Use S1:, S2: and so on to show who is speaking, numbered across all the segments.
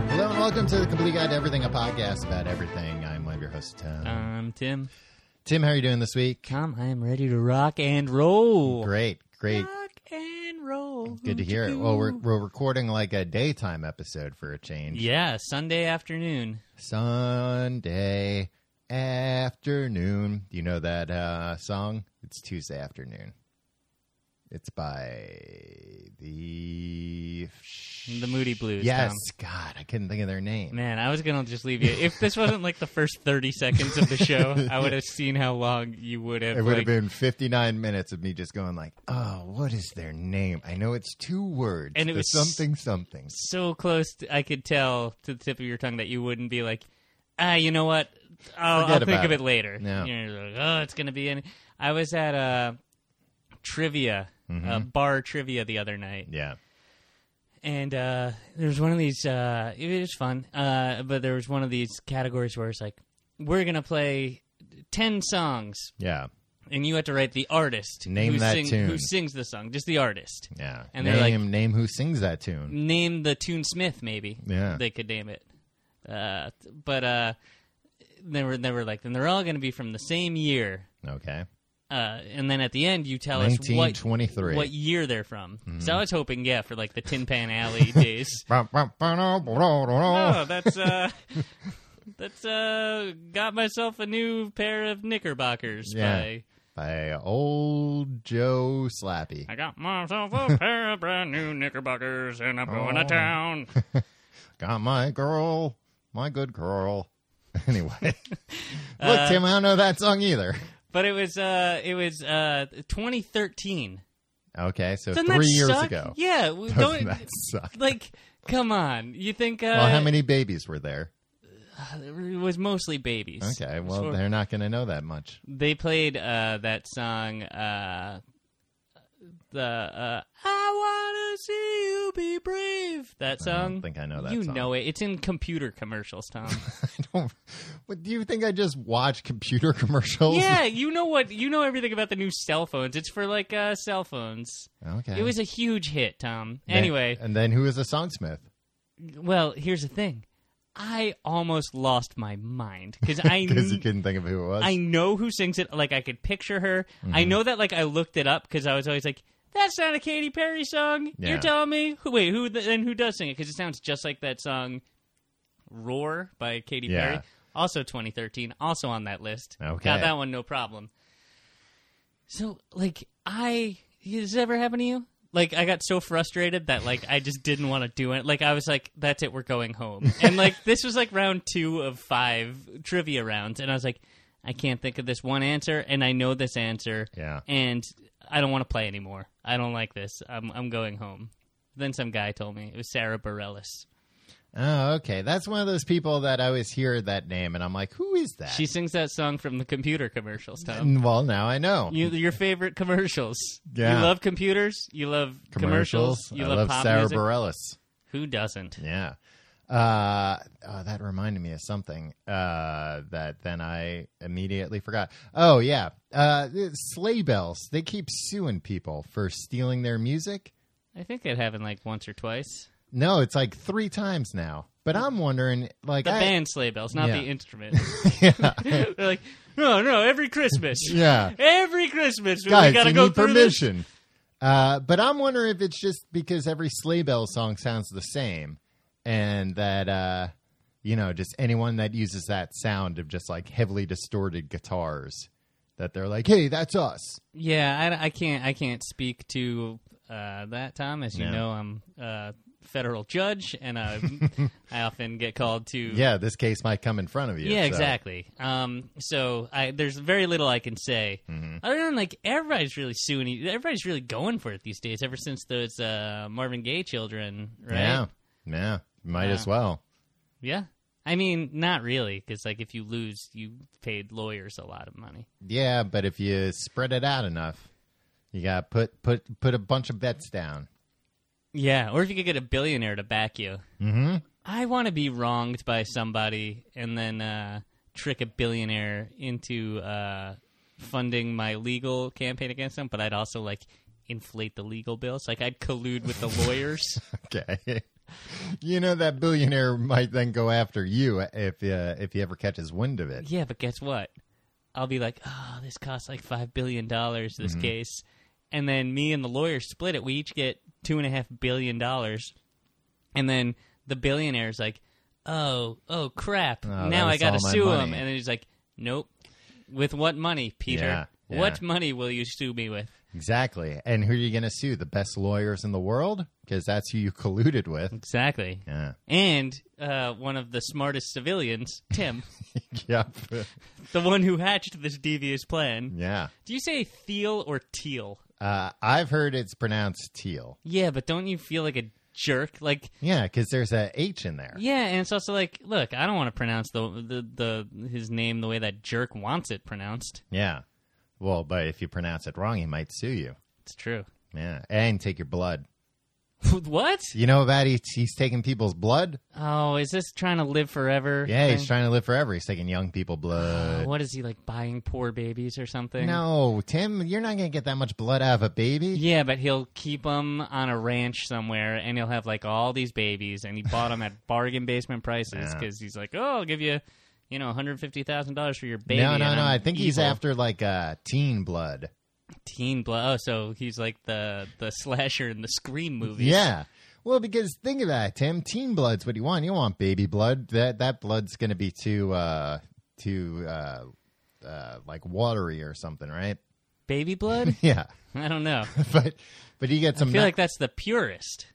S1: Welcome to the Complete Guide to Everything, a podcast about everything. I'm one of your hosts, Tim.
S2: I'm Tim.
S1: Tim, how are you doing this week?
S2: Come, I am ready to rock and roll.
S1: Great, great.
S2: Rock and roll.
S1: Good to hear it. Well, we're, we're recording like a daytime episode for a change.
S2: Yeah, Sunday afternoon.
S1: Sunday afternoon. You know that uh, song? It's Tuesday afternoon. It's by the
S2: The Moody Blues.
S1: Yes, God, I couldn't think of their name.
S2: Tom. Man, I was gonna just leave you. If this wasn't like the first thirty seconds of the show, I would have seen how long you would have.
S1: It would have
S2: like-
S1: been 59 minutes of me just going like, "Oh, what is their name? I know it's two words,
S2: And it
S1: the
S2: was-
S1: something something."
S2: so close. To, I could tell to the tip of your tongue that you wouldn't be like, ah, you know what? I'll,
S1: Forget
S2: I'll think
S1: about
S2: of
S1: it."
S2: it later.
S1: Yeah.
S2: You're like, oh, it's gonna be in. I was at a trivia, a
S1: Mm-hmm.
S2: bar trivia the other night.
S1: Yeah,
S2: and uh, there was one of these. Uh, it was fun, uh, but there was one of these categories where it's like, we're gonna play ten songs,
S1: yeah,
S2: and you had to write the artist
S1: Name
S2: who
S1: that tune.
S2: who sings the song, just the artist.
S1: yeah.
S2: And they're like-
S1: name name who sings that tune.
S2: Name the tune Smith, maybe.
S1: Yeah.
S2: they could name it. Uh, but uh, they were they were like, then they're all gonna be from the same year.
S1: Okay,
S2: Uh, and then at the end, you tell us what
S1: 1923.
S2: what year they're from. So
S1: Hmm.
S2: I was hoping, yeah, for like the Tin Pan Alley days.
S1: Oh,
S2: No, that's uh, that's uh, got myself a new pair of knickerbockers.
S1: Yeah.
S2: By
S1: By old Joe Slappy.
S2: I got myself a pair of brand new knickerbockers, and I'm going
S1: Oh.
S2: to town.
S1: Got my girl, my good girl. Anyway, look,
S2: Uh,
S1: Tim, I don't know that song either.
S2: But it was uh, it was uh, 2013.
S1: Okay, so
S2: Doesn't
S1: three
S2: that
S1: years
S2: suck?
S1: ago.
S2: Yeah, we
S1: Doesn't
S2: don't
S1: that suck?
S2: like. Come on, you think uh,
S1: Well, how many babies were there?
S2: it was mostly babies?
S1: Okay, well,
S2: So
S1: they're not going to know that much.
S2: they played uh, that song. Uh, the uh, I wanna see you be brave. That
S1: I
S2: song.
S1: don't think I know that
S2: you
S1: song.
S2: know it. It's in computer commercials, Tom.
S1: I don't. What, do you think I just watch computer commercials?
S2: yeah, you know what? You know everything about the new cell phones. It's for like uh, cell phones.
S1: Okay.
S2: It was a huge hit, Tom.
S1: Then-
S2: Anyway,
S1: And then who is a songsmith?
S2: well, here's the thing. I almost lost my mind because I
S1: Because you couldn't think of who it was. Mm-hmm.
S2: I know who sings it. Like I could picture her. I know that. Like I looked it up because I was always like, "That's not a Katy Perry song."
S1: Yeah.
S2: You're telling me? Who, wait, who th- then? Who does sing it? Because it sounds just like that song, "Roar" by Katy
S1: Yeah.
S2: Perry. Also 2013. Also on that list.
S1: Okay.
S2: got that one. No problem. So like I, has this ever happened to you? Like I got so frustrated that like I just didn't want to do it. Like I was like, "That's it, we're going home." And like this was like round two of five trivia rounds, and I was like, "I can't think of this one answer, and I know this answer,
S1: Yeah.
S2: and I don't want to play anymore. I don't like this. I'm I'm going home." Then some guy told me it was Sarah Bareilles.
S1: Oh, okay. That's one of those people that I always hear that name, and I'm like, who is that?
S2: She sings that song from the computer commercials, Tom.
S1: Mm, Well, now I know.
S2: You, your favorite commercials.
S1: Yeah.
S2: You love computers. You love commercials.
S1: commercials.
S2: You
S1: I
S2: love,
S1: love
S2: pop
S1: Sarah
S2: music.
S1: Bareilles.
S2: Who doesn't?
S1: Yeah. Uh, oh, that reminded me of something uh, that then I immediately forgot. Oh, yeah. Uh, sleigh bells. They keep suing people for stealing their music.
S2: I think it happened like once or twice.
S1: No, it's like three times now. But I'm wondering, like,
S2: The
S1: I,
S2: band sleigh bells, not
S1: Yeah.
S2: the instrument.
S1: yeah,
S2: They're like, no, no, every Christmas.
S1: yeah.
S2: Every Christmas, we
S1: guys,
S2: gotta
S1: you
S2: go
S1: need
S2: through this.
S1: permission. Uh, but I'm wondering if it's just because every sleigh bell song sounds the same, and that uh, you know, just anyone that uses that sound of just like heavily distorted guitars, that they're like, hey, that's us.
S2: Yeah, I, I can't. I can't speak to uh, that, Tom. As you
S1: No.
S2: know, I'm a federal judge, and I, I often get called to.
S1: Yeah, this case might come in front of you.
S2: Mm. Yeah,
S1: so-
S2: exactly. Um, so I, there's very little I can say. Other than like everybody's really suing, e- everybody's really going for it these days. Ever since those uh, Marvin Gaye children, right?
S1: Yeah, yeah, might
S2: Yeah.
S1: as well.
S2: Yeah. I mean, not really, because like if you lose, you paid lawyers a lot of money.
S1: Yeah, but if you spread it out enough, you got put put put a bunch of bets down.
S2: Yeah, or if you could get a billionaire to back you.
S1: Mm-hmm.
S2: I want to be wronged by somebody and then uh, trick a billionaire into uh, funding my legal campaign against them, but I'd also like inflate the legal bills. Like I'd collude with the lawyers
S1: Okay. You know that billionaire might then go after you if uh, if he ever catches wind of it.
S2: Yeah, but guess what? I'll be like, oh, this costs like five billion dollars.
S1: Mm-hmm.
S2: This case, and then me and the lawyer split it. We each get two and a half billion dollars, and then the billionaire's like, oh, oh crap!
S1: Oh, that
S2: now I
S1: was
S2: got to
S1: all my
S2: sue him,
S1: money.
S2: and then he's like, nope. With what money, Peter?
S1: Yeah, yeah.
S2: What money will you sue me with?
S1: Exactly. And who are you going to sue? The best lawyers in the world, because that's who you colluded with.
S2: Exactly.
S1: Yeah.
S2: And uh, one of the smartest civilians, Tim,
S1: Yep.
S2: the one who hatched this devious plan.
S1: yeah.
S2: Do you say Thiel or Teal?
S1: Uh, I've heard it's pronounced teal.
S2: Yeah, but don't you feel like a jerk? Like,
S1: Yeah, because there's a H in there.
S2: yeah, and it's also like, look, I don't want to pronounce the, the the his name the way that jerk wants it pronounced.
S1: Yeah. Well, but if you pronounce it wrong, he might sue you.
S2: It's true.
S1: Yeah. And take your blood.
S2: what?
S1: You know about he's, he's taking people's blood?
S2: Oh, is this trying to live forever?
S1: Yeah, he's
S2: thing?
S1: trying to live forever. He's taking young people
S2: Oh,
S1: blood.
S2: What is he like buying poor babies or something?
S1: No, Tim, you're not going to get that much blood out of a baby.
S2: Yeah, but he'll keep them on a ranch somewhere, and he'll have like all these babies, and he bought them at bargain basement prices
S1: Yeah.
S2: because he's like, oh, I'll give you, you know, one hundred fifty thousand dollars for your baby.
S1: no, no,
S2: and
S1: no. I
S2: I'm
S1: think he's
S2: evil.
S1: after like uh, teen blood.
S2: teen blood. Oh, so he's like the the slasher in the Scream movies.
S1: Yeah. Well, because think of that, Tim. Teen blood's what you want. You don't want baby blood. That that blood's going to be too uh, too uh, uh, like watery or something, right?
S2: baby blood.
S1: Yeah.
S2: I don't know. I
S1: but but you get some.
S2: feel like that's the purest.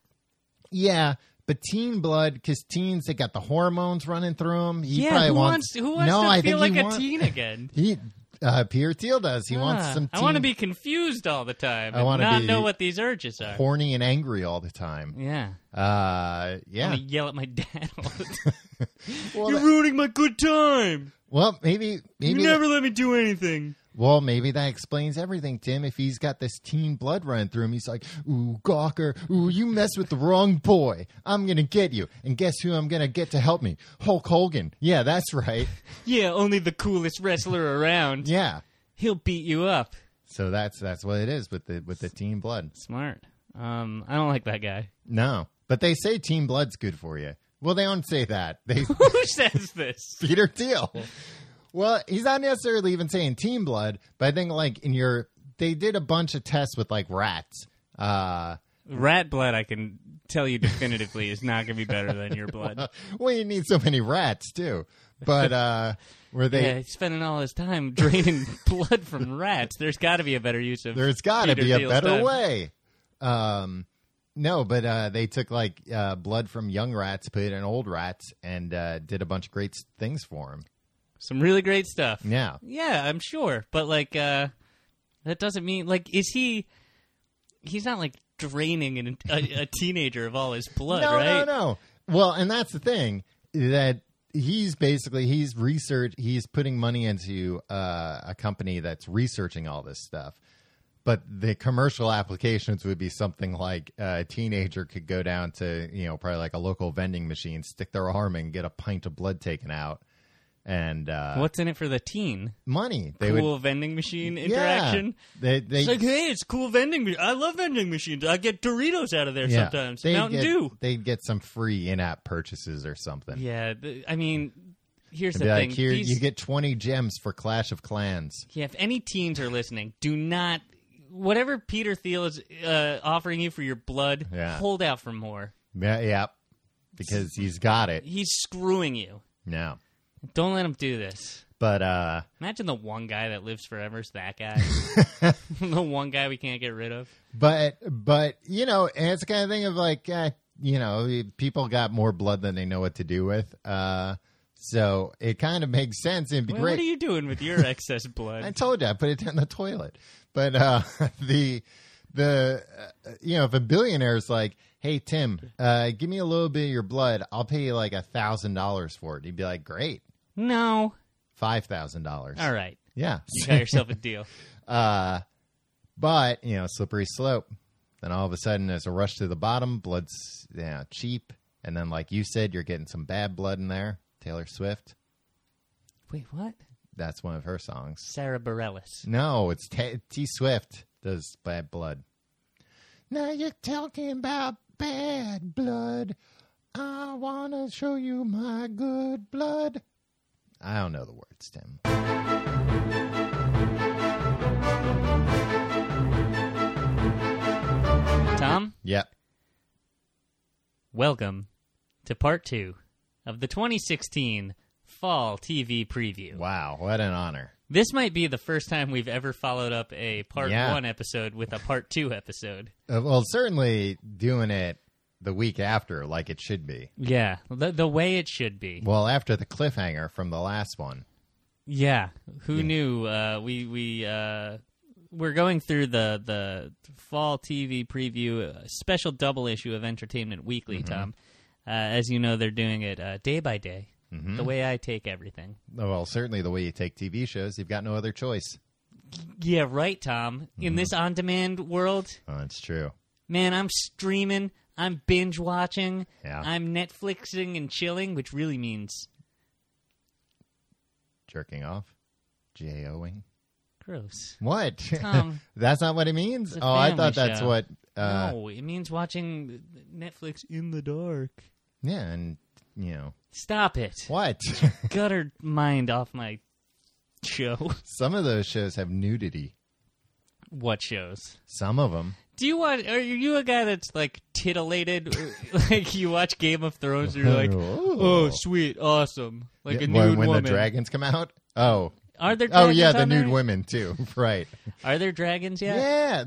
S1: Yeah, but teen blood because teens they got the hormones running through them. He
S2: yeah,
S1: probably
S2: who
S1: wants,
S2: wants, who wants
S1: no,
S2: to
S1: I
S2: feel
S1: think
S2: like
S1: he
S2: a
S1: want-
S2: teen again?
S1: He uh, Pierre Teal does. He wants
S2: Ah,
S1: some. Teen,
S2: I want to be confused all the time.
S1: I
S2: and
S1: wanna
S2: not
S1: be
S2: know what these urges are.
S1: horny and angry all the time.
S2: yeah.
S1: Uh,
S2: I'm
S1: yeah.
S2: gonna yell at my dad all the time.
S1: Well,
S2: You're
S1: that-
S2: ruining my good time.
S1: well, maybe
S2: You
S1: maybe
S2: never let me do anything.
S1: Well, maybe that explains everything, Tim. If he's got this teen blood running through him, he's like, "Ooh, Gawker, ooh, you mess with the wrong boy. I'm gonna get you, and guess who I'm gonna get to help me? Hulk Hogan. Yeah, that's right.
S2: Yeah, only the coolest wrestler around.
S1: Yeah.
S2: He'll beat you up.
S1: So that's that's what it is with the with the teen blood.
S2: Smart. Um, I don't like that guy.
S1: No, but they say teen blood's good for you. Well, they don't say that. They
S2: Who says this?
S1: Peter Thiel. Well, he's not necessarily even saying teen blood, but I think like in your they did a bunch of tests with like rats. Uh,
S2: Rat blood, I can tell you definitively, is not going to be better than your blood.
S1: well, you need so many rats too. But uh, were they?
S2: yeah, he's spending all his time draining blood from rats. There's got to be a better use of.
S1: There's got to
S2: Peter
S1: be a
S2: Thiel's
S1: better
S2: time.
S1: way. Um, no, but uh, they took like uh, blood from young rats, put it in old rats, and uh, did a bunch of great s- things for him.
S2: Some really great stuff.
S1: Yeah.
S2: Yeah, I'm sure, but like uh that doesn't mean like is he? He's not like draining an, a, a teenager of all his blood,
S1: no, No,
S2: right?
S1: no, Well, and that's the thing that he's basically he's research he's putting money into uh, a company that's researching all this stuff. But the commercial applications would be something like uh, a teenager could go down to you know probably like a local vending machine, stick their arm in, get a pint of blood taken out, and uh,
S2: What's in it for the teen?
S1: money they
S2: cool
S1: would
S2: vending machine
S1: Yeah.
S2: interaction.
S1: they they
S2: It's like, hey, it's cool vending. ma- I love vending machines. I get Doritos out of there
S1: yeah,
S2: sometimes.
S1: they'd
S2: Mountain
S1: get,
S2: Dew.
S1: they'd get some free in-app purchases or something.
S2: Yeah, th- I mean, here's
S1: And
S2: the
S1: be
S2: thing.
S1: like, here
S2: These-
S1: you get 20 gems for Clash of Clans.
S2: Yeah, if any teens are listening, do not whatever Peter Thiel is uh, offering you for your blood,
S1: Yeah.
S2: hold out for more.
S1: Yeah, yeah, because he's got it
S2: He's screwing you.
S1: now.
S2: Don't let him do this.
S1: But uh,
S2: Imagine the one guy that lives forever is that guy. the one guy we can't get rid of.
S1: but but you know, and it's the kind of thing of like uh, you know, people got more blood than they know what to do with. Uh, so it kind of makes sense. It'd be
S2: Well,
S1: great.
S2: what are you doing with your excess blood?
S1: I told you I put it down the toilet. But uh, the the uh, you know if a billionaire's like, hey Tim, uh, give me a little bit of your blood, I'll pay you like a thousand dollars for it. He'd be like, great,
S2: no.
S1: five thousand dollars.
S2: All right.
S1: Yeah.
S2: You got yourself a deal.
S1: Uh, but you know, slippery slope. Then all of a sudden, there's a rush to the bottom. Blood's you know, cheap, and then like you said, you're getting some bad blood in there. Taylor Swift.
S2: Wait, what?
S1: That's one of her songs.
S2: Sarah Bareilles.
S1: No, it's T, T Swift does bad blood. Now you're talking about bad blood. I wanna show you my good blood. I don't know the words, Tim.
S2: Tom,
S1: Yep.
S2: welcome to part two of the 2016 Fall TV Preview.
S1: Wow, what an honor.
S2: This might be the first time we've ever followed up a part
S1: Yeah.
S2: one episode with a part two episode.
S1: Uh, well, certainly doing it the week after, like it should be.
S2: Yeah, the, the way it should be.
S1: Well, after the cliffhanger from the last one.
S2: Yeah, who knew? Uh, we we uh, we're going through the the fall TV preview uh, special double issue of Entertainment Weekly, Tom. Uh, as you know, they're doing it uh, day by day. The way I take everything.
S1: Well, certainly the way you take TV shows, you've got no other choice.
S2: Yeah, right, Tom. In this on demand world,
S1: Oh, it's true.
S2: man, I'm streaming, I'm binge watching,
S1: Yeah.
S2: I'm Netflixing and chilling, which really means
S1: Jerking off, J-O-ing.
S2: gross.
S1: What?
S2: Tom.
S1: that's not what it means.
S2: It's a
S1: Oh, I thought
S2: family
S1: that's
S2: show.
S1: what. Uh,
S2: no, it means watching Netflix in the dark.
S1: Yeah, and you know
S2: Stop it.
S1: what?
S2: gutter mind off my show.
S1: Some of those shows have nudity.
S2: what shows?
S1: Some of them.
S2: Do you watch? Are you a guy that's like titillated? like you watch Game of Thrones, and you're like, oh, sweet, awesome, like a nude
S1: when, when
S2: woman.
S1: the dragons come out. Oh,
S2: are there?
S1: oh
S2: Dragons
S1: yeah, the
S2: on
S1: nude
S2: there?
S1: women too. right.
S2: Are there dragons yet?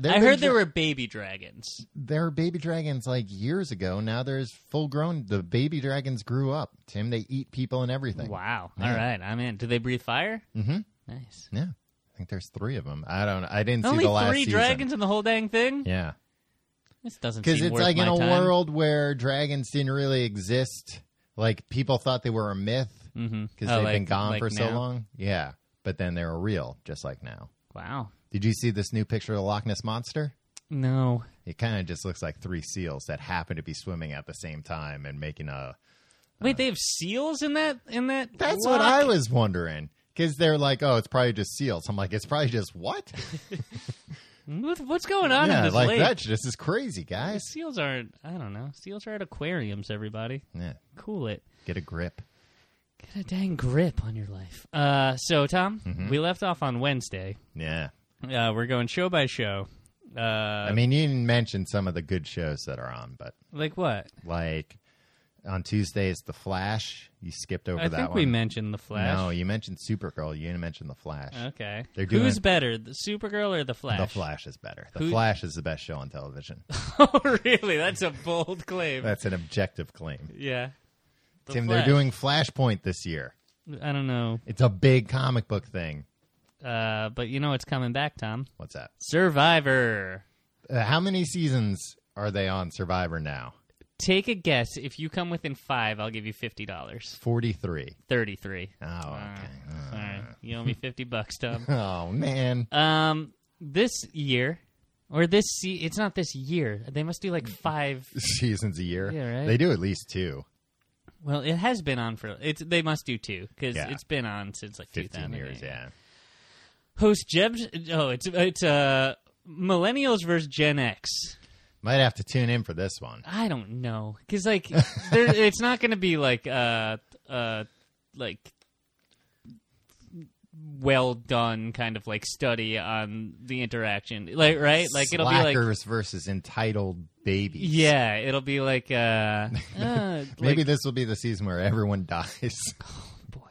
S1: Yeah,
S2: I heard there were baby dragons.
S1: there were baby dragons like years ago. Now there's full grown. The baby dragons grew up. Tim, they eat people and everything.
S2: Wow.
S1: Yeah.
S2: All right, I'm in. Do they breathe fire?
S1: Mhm.
S2: Nice.
S1: Yeah, I think there's three of them. I don't. I didn't
S2: Only
S1: see the last
S2: three
S1: season.
S2: dragons in the whole dang thing.
S1: Yeah,
S2: This doesn't
S1: because
S2: seem
S1: it's
S2: worth
S1: like
S2: my
S1: in a
S2: time.
S1: world where dragons didn't really exist. Like people thought they were a myth because
S2: Mhm.
S1: they've
S2: Oh,
S1: been
S2: like-
S1: gone
S2: like
S1: for so
S2: now?
S1: long. Yeah, but then they were real, just like now.
S2: Wow.
S1: Did you see this new picture of the Loch Ness monster?
S2: No.
S1: It kind of just looks like three seals that happen to be swimming at the same time and making a.
S2: Wait, they have seals in that in that.
S1: Uh, That's what
S2: lock?
S1: I was wondering. Because they're like, oh, it's probably just seals. I'm like, it's probably just what?
S2: What- What's going on in
S1: yeah,
S2: this
S1: like
S2: lake?
S1: that. This is crazy, guys.
S2: Seals aren't. I don't know. Seals are at aquariums. Everybody,
S1: Yeah,
S2: cool it.
S1: get a grip.
S2: Get a dang grip on your life. Uh, so Tom,
S1: Mm-hmm.
S2: we left off on Wednesday.
S1: Yeah.
S2: Uh, we're going show by show. Uh,
S1: I mean, you didn't mention some of the good shows that are on, but
S2: like what?
S1: like on Tuesdays, The Flash. You skipped over
S2: I
S1: that
S2: think
S1: one.
S2: we mentioned the Flash.
S1: No, you mentioned Supergirl. You didn't mention The Flash.
S2: Okay.
S1: They're
S2: Who's
S1: doing-
S2: better, the Supergirl or the Flash?
S1: The Flash is better. The
S2: Who-
S1: Flash is the best show on television.
S2: oh, really? That's a bold claim.
S1: That's an objective claim.
S2: yeah. The
S1: Tim,
S2: Flash.
S1: they're doing Flashpoint this year.
S2: I don't know,
S1: It's a big comic book thing.
S2: uh, but you know it's coming back, Tom.
S1: What's that?
S2: Survivor.
S1: Uh, how many seasons are they on Survivor now?
S2: Take a guess. If you come within five, I'll give you fifty dollars.
S1: 43.
S2: Thirty-three.
S1: Oh, okay.
S2: Sorry, you owe me fifty bucks, Tom.
S1: Oh, man.
S2: Um, this year, or this se- it's not this year. They must do like
S1: Mm.
S2: five.
S1: Seasons a year.
S2: Yeah, right.
S1: They do at least two.
S2: Well, it has been on for it's. They must do two because
S1: Yeah.
S2: it's been on since like
S1: 15
S2: 2000.
S1: years, yeah.
S2: Host Jeb's. Oh, it's it's uh millennials versus Gen X.
S1: Might have to tune in for this one.
S2: I don't know because like there, it's not going to be like uh uh like well done kind of like study on the interaction like right like it'll be like
S1: Slackers versus entitled babies.
S2: yeah it'll be like uh, uh
S1: Maybe
S2: like,
S1: this will be the season where everyone dies.
S2: boy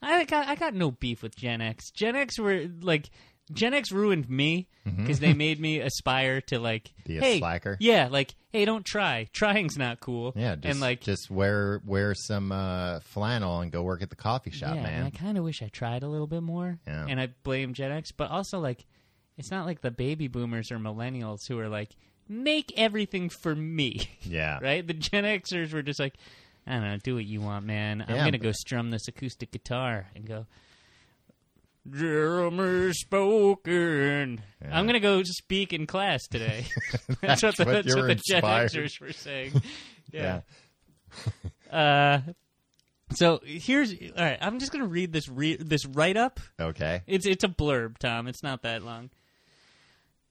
S2: I got I got no beef with Gen X Gen X were like Gen X ruined me because they made me aspire to like
S1: Mm-hmm. Be a
S2: hey,
S1: slacker?
S2: yeah like hey don't try trying's not cool
S1: yeah, just,
S2: and like
S1: just wear wear some uh, flannel and go work at the coffee shop,
S2: yeah,
S1: man.
S2: And I kind of wish I tried a little bit more.
S1: Yeah.
S2: And I blame Gen X, but also like, it's not like the baby boomers or millennials who are like, make everything for me,
S1: yeah.
S2: right? The Gen Xers were just like, I don't know, do what you want, man. I'm
S1: Yeah,
S2: gonna
S1: but-
S2: go strum this acoustic guitar and go. Jeremy spoken. I'm gonna go speak in class today. that's, what the,
S1: what
S2: that's
S1: you
S2: what
S1: were
S2: the Gen
S1: inspired.
S2: Xers were saying. yeah. Uh, So here's all right. I'm just gonna read this re- this write up.
S1: Yeah. Okay.
S2: It's it's a blurb, Tom. It's not that long.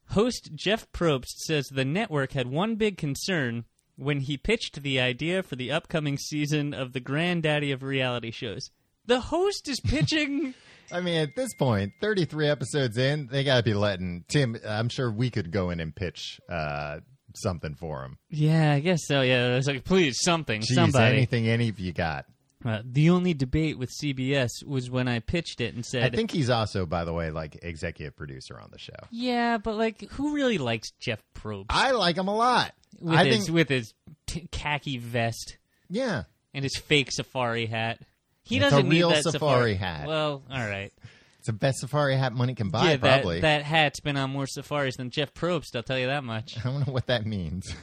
S2: Host Jeff Probst says the network had one big concern when he pitched the idea for the upcoming season of the granddaddy of reality shows. The host is pitching.
S1: I mean, at this point, 33 episodes in, they got to be letting Tim. I'm sure we could go in and pitch uh, something for him.
S2: yeah, I guess so. Yeah, it's like, please, something,
S1: Jeez,
S2: somebody.
S1: anything any of you got.
S2: Uh, the only debate with CBS was when I pitched it and said,
S1: I think he's also, by the way, like executive producer on the show.
S2: "Yeah, but like, who really likes Jeff Probst
S1: I like him a lot.
S2: with
S1: I
S2: his
S1: think,
S2: with his t- khaki vest
S1: yeah.
S2: and his fake safari hat? He
S1: It's a
S2: doesn't
S1: real
S2: need that
S1: safari hat.
S2: Well, all right,
S1: It's the best safari hat money can buy,
S2: yeah, that
S1: probably.
S2: that hat's been on more safaris than Jeff Probst. I'll tell you that much. I
S1: I don't know what that means.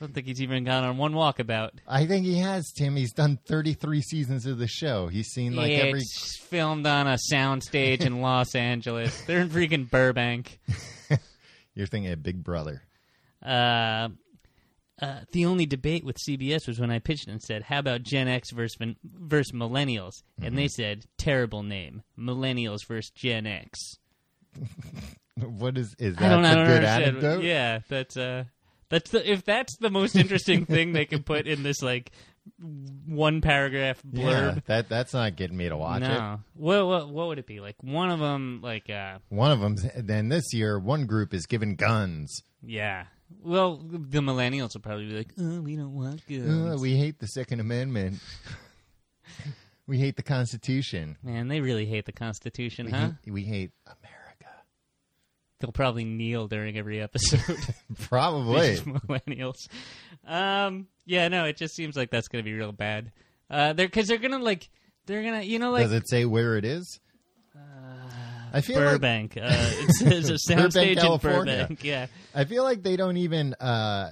S2: don't think he's even gone on one walkabout.
S1: I think he has, Tim. He's done 33 seasons of the show. He's seen like every.
S2: It's filmed on a soundstage in Los Angeles. They're in freaking Burbank.
S1: You're thinking of Big Brother.
S2: uh, uh, the only debate with CBS was when I pitched and said, "How about Gen X versus Vin- versus Millennials?" And they
S1: Mm-hmm.
S2: said, "Terrible name, Millennials versus Gen X."
S1: What is is
S2: I
S1: that
S2: don't, I
S1: a
S2: don't
S1: good
S2: understand.
S1: anecdote?
S2: Yeah, that's uh, that's the, if that's the most interesting thing they can put in this like one paragraph
S1: Yeah,
S2: blurb.
S1: that that's not getting me to watch it.
S2: no, what, what what would it be like? One of them, like uh,
S1: One of them. Then this year, one group is given guns.
S2: yeah. Well, the millennials will probably be like, "Oh, we don't want guns."
S1: Uh, we hate the Second Amendment. we hate the Constitution.
S2: Man, they really hate the Constitution,
S1: We,
S2: huh?
S1: hate, we hate America.
S2: They'll probably kneel during every episode.
S1: Probably.
S2: These millennials. Um, yeah, no, it just seems like that's gonna be real bad. Uh, they're because they're gonna like they're gonna you know like Uh,
S1: Does it say where it is? I feel like
S2: Burbank. uh, it says a
S1: Burbank,
S2: soundstage in
S1: California.
S2: Burbank. Yeah,
S1: I feel like they don't even uh,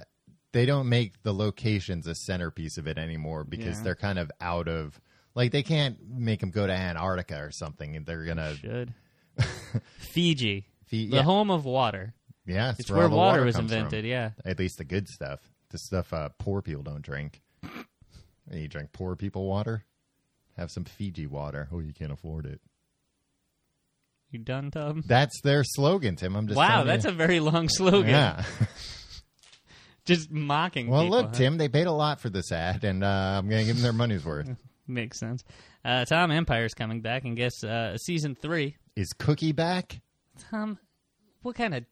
S1: they don't make the locations a centerpiece of it anymore because
S2: Yeah.
S1: they're kind of out of like they can't make them go to Antarctica or something. and They're gonna
S2: should Fiji,
S1: Fe-
S2: the
S1: yeah.
S2: home of water.
S1: yeah, that's
S2: It's
S1: all
S2: where
S1: the
S2: water, was
S1: comes from.
S2: invented. Yeah,
S1: At least the good stuff, the stuff uh, poor people don't drink. And you drink poor people water. Have some Fiji water. Oh, you can't afford it.
S2: you done, Tom?
S1: That's their slogan, Tim. I'm just
S2: Wow,
S1: telling
S2: that's
S1: you.
S2: a very long slogan.
S1: yeah.
S2: Just mocking.
S1: Well,
S2: people,
S1: look,
S2: huh?
S1: Tim, they paid a lot for this ad, and uh, I'm going to give them their money's worth.
S2: Makes sense. Uh, Tom Empire's coming back, and guess uh, season three.
S1: Is Cookie back?
S2: Tom, what kind of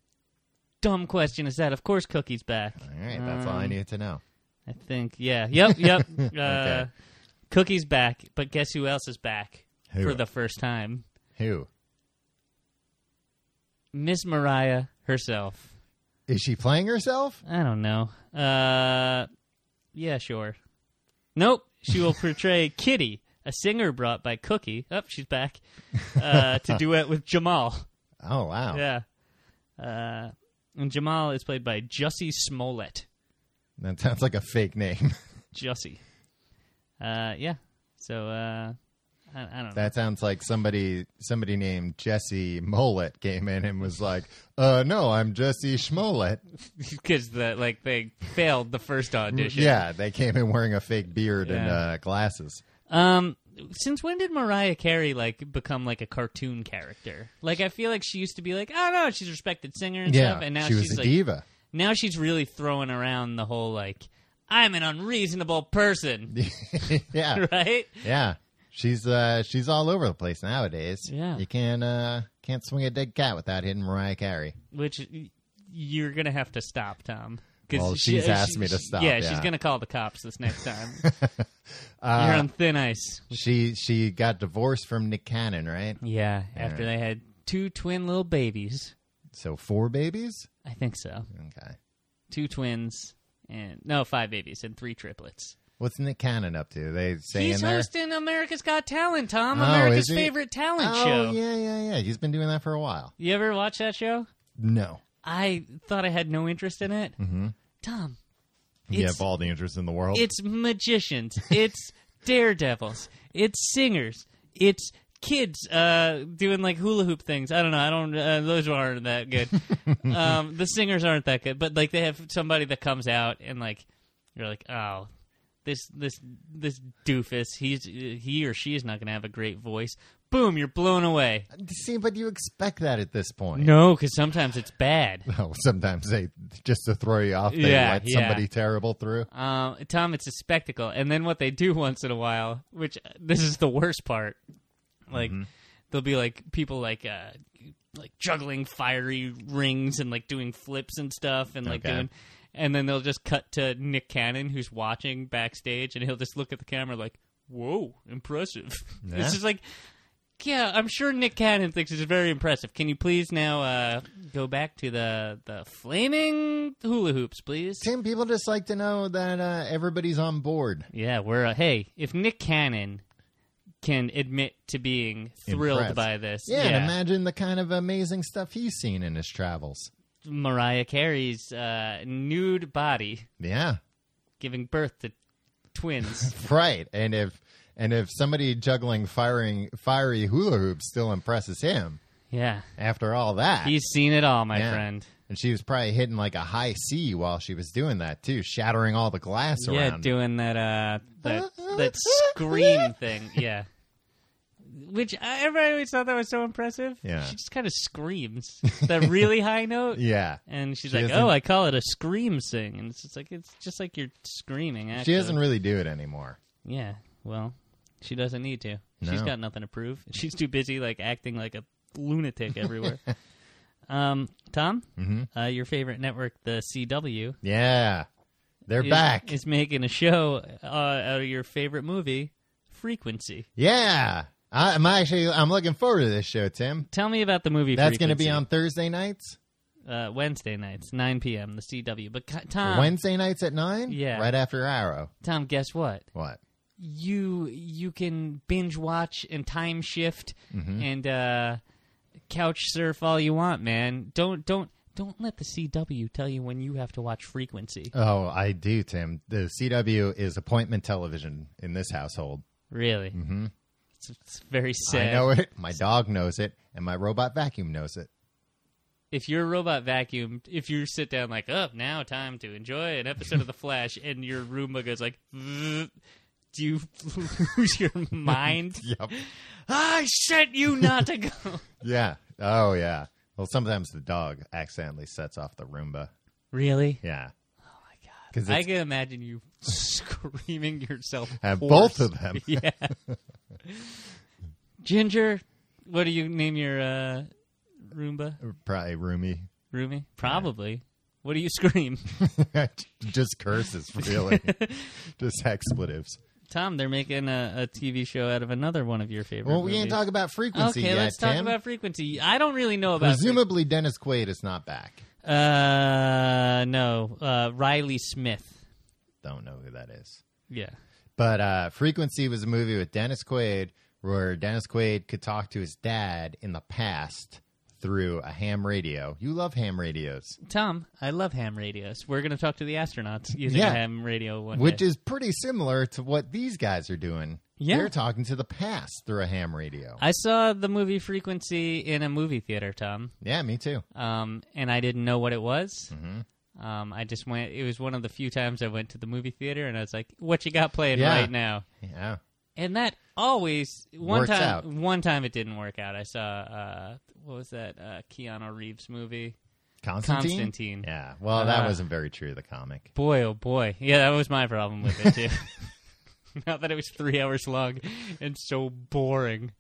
S2: dumb question is that? Of course, Cookie's back.
S1: All right, that's all I
S2: Um,
S1: need to know.
S2: I think, yeah, yep, yep. uh,
S1: Okay.
S2: Cookie's back, but guess who else is back
S1: Who?
S2: for the first time?
S1: Who
S2: Miss Mariah herself.
S1: is she playing herself?
S2: I don't know. Uh, yeah, sure. Nope. She will portray Kitty, a singer brought by Cookie. Oh, she's back uh, to duet with Jamal.
S1: Oh wow,
S2: Yeah. Uh, and Jamal is played by Jussie Smollett.
S1: that sounds like a fake name.
S2: Jussie. Uh, yeah. So uh, I, I don't know.
S1: that sounds like somebody somebody named Jesse Mollett came in and was like, "Uh, no, I'm Jesse Schmollett."
S2: Because the like they failed the first audition.
S1: Mm, Yeah, they came in wearing a fake beard and
S2: Yeah.
S1: uh, glasses.
S2: Um. Since when did Mariah Carey like become like a cartoon character? Like I feel like she used to be like, oh no, she's a respected singer and
S1: Yeah,
S2: stuff, and now
S1: she was
S2: she's
S1: a
S2: like,
S1: diva.
S2: now she's really throwing around the whole like, I'm an unreasonable person,
S1: yeah,
S2: right?
S1: yeah. She's uh she's all over the place nowadays.
S2: Yeah.
S1: you can uh can't swing a dead cat without hitting Mariah Carey.
S2: Which y- you're gonna have to stop, Tom. 'Cause
S1: Well,
S2: she-
S1: she's
S2: uh,
S1: asked me to stop,
S2: Yeah,
S1: yeah. Uh,
S2: she's gonna call the cops this next time. You're on thin ice.
S1: She she got divorced from Nick Cannon, right?
S2: Yeah, after they had two twin little babies.
S1: So four babies.
S2: I think so.
S1: Okay.
S2: Two twins and no, five babies and three triplets.
S1: What's Nick Cannon up to? They say
S2: He's
S1: in there.
S2: hosting America's Got Talent, Tom.
S1: Oh, is
S2: America's
S1: he?
S2: favorite talent
S1: oh
S2: show.
S1: yeah, yeah, yeah. He's been doing that for a while.
S2: You ever watch that show?
S1: No.
S2: I thought I had no interest in it. Mm-hmm. Tom,
S1: you
S2: it's
S1: have all the interest in the world.
S2: It's magicians. It's daredevils. It's singers. It's kids uh, doing like hula hoop things. I don't know. I don't. Uh, those aren't that good. um, the singers aren't that good. But like they have somebody that comes out and like you're like, oh, this this this doofus. He's he or she is not going to have a great voice. boom, you're blown away.
S1: See, but you expect that at this point.
S2: No, because sometimes it's bad.
S1: Oh, sometimes they just to throw you off. They
S2: Yeah,
S1: let
S2: yeah.
S1: somebody terrible through.
S2: Um, Tom, it's a spectacle. And then what they do once in a while, which uh, this is the worst part, like
S1: Mm-hmm.
S2: there'll be like people like uh, like juggling fiery rings and like doing flips and stuff and like
S1: Okay.
S2: doing. And then they'll just cut to Nick Cannon, who's watching backstage, and he'll just look at the camera like, "Whoa, impressive!"
S1: Yeah.
S2: It's just like, yeah, I'm sure Nick Cannon thinks it's very impressive. Can you please now uh, go back to the the flaming hula hoops, please?
S1: Tim, people just like to know that uh, everybody's on board.
S2: Yeah, we're uh, hey, if Nick Cannon can admit to being thrilled
S1: Impressed.
S2: by this,
S1: Yeah, and imagine the kind of amazing stuff he's seen in his travels.
S2: Mariah Carey's uh, nude body
S1: Yeah,
S2: giving birth to twins.
S1: right. And if and if somebody juggling firing fiery hula hoops still impresses him
S2: yeah,
S1: after all that,
S2: he's seen it all, my
S1: Yeah.
S2: friend.
S1: and she was probably hitting like a high C while she was doing that too, shattering all the glass
S2: yeah,
S1: around.
S2: doing that uh that that scream thing. Yeah. Which I, everybody always thought that was so impressive.
S1: Yeah.
S2: She just kind of screams that really high note.
S1: yeah.
S2: And she's
S1: She
S2: like,
S1: doesn't-
S2: "Oh, I call it a scream sing," and it's just like it's just like you're screaming. Actually.
S1: She doesn't really do it anymore.
S2: Yeah, well, she doesn't need to. She's
S1: No.
S2: got nothing to prove. She's too busy like acting like a lunatic everywhere. um, Tom,
S1: Mhm.
S2: uh, your favorite network, the CW,
S1: Yeah. They're
S2: is,
S1: back.
S2: is making a show uh, out of your favorite movie, Frequency.
S1: yeah. I, I'm actually I'm looking forward to this show, Tim.
S2: Tell me about the movie.
S1: That's going to be on
S2: Frequency.
S1: Thursday nights,
S2: uh, Wednesday nights, 9 p.m. The CW. But co- Tom,
S1: Wednesday nights at nine.
S2: Uh, Yeah.
S1: right after Arrow.
S2: Tom, guess what?
S1: What?
S2: you you can binge watch and time shift
S1: Mm-hmm.
S2: and uh, couch surf all you want, man. Don't don't don't let the CW tell you when you have to watch Frequency.
S1: Oh, I do, Tim. The CW is appointment television in this household.
S2: Really, mm-hmm. it's, it's very sad.
S1: I know it. My dog knows it, and my robot vacuum knows it.
S2: If you're a robot vacuum, if you sit down like, oh, now time to enjoy an episode of The Flash, and your Roomba goes like, "Vzz," do you lose your mind?
S1: Yep.
S2: I sent you not to go.
S1: yeah. Oh, yeah. Well, sometimes the dog accidentally sets off the Roomba.
S2: Really?
S1: Yeah.
S2: Because
S1: 'Cause
S2: Oh, I
S1: it's-
S2: can imagine you screaming yourself.
S1: Have
S2: hoarse.
S1: both of them.
S2: Yeah. Ginger, what do you name your uh, Roomba?
S1: Probably Roomy.
S2: Roomie? Probably. What do you scream?
S1: Just curses, really. Just expletives.
S2: Tom, they're making a, a TV show out of another one of your favorite.
S1: Well, we ain't
S2: movies.
S1: talk about frequency
S2: Okay,
S1: yet,
S2: let's
S1: Tim.
S2: talk about frequency. I don't really know about. Frequency.
S1: Presumably, Dennis Quaid is not back.
S2: uh, no, uh, Riley Smith.
S1: Don't know who that is.
S2: Yeah.
S1: But uh, Frequency was a movie with Dennis Quaid where Dennis Quaid could talk to his dad in the past through a ham radio. You love ham radios,
S2: Tom, I love ham radios. We're going to talk to the astronauts using
S1: Yeah.
S2: a ham radio one
S1: which
S2: day.
S1: is pretty similar to what these guys are doing.
S2: Yeah.
S1: They're talking to the past through a ham radio.
S2: I saw the movie Frequency in a movie theater, Tom,
S1: yeah, me too.
S2: um, and I didn't know what it was.
S1: Mm-hmm.
S2: Um, I just went. It was one of the few times I went to the movie theater, and I was like, "What you got playing
S1: Yeah.
S2: right now?"
S1: Yeah.
S2: And that always one
S1: Works
S2: time.
S1: out.
S2: One time it didn't work out. I saw uh, what was that uh, Keanu Reeves movie?
S1: Constantine?
S2: Constantine.
S1: Yeah. Well, that
S2: Ah.
S1: wasn't very true of the comic.
S2: Boy, oh boy, yeah, that was my problem with it too. Not that it was three hours long and so boring.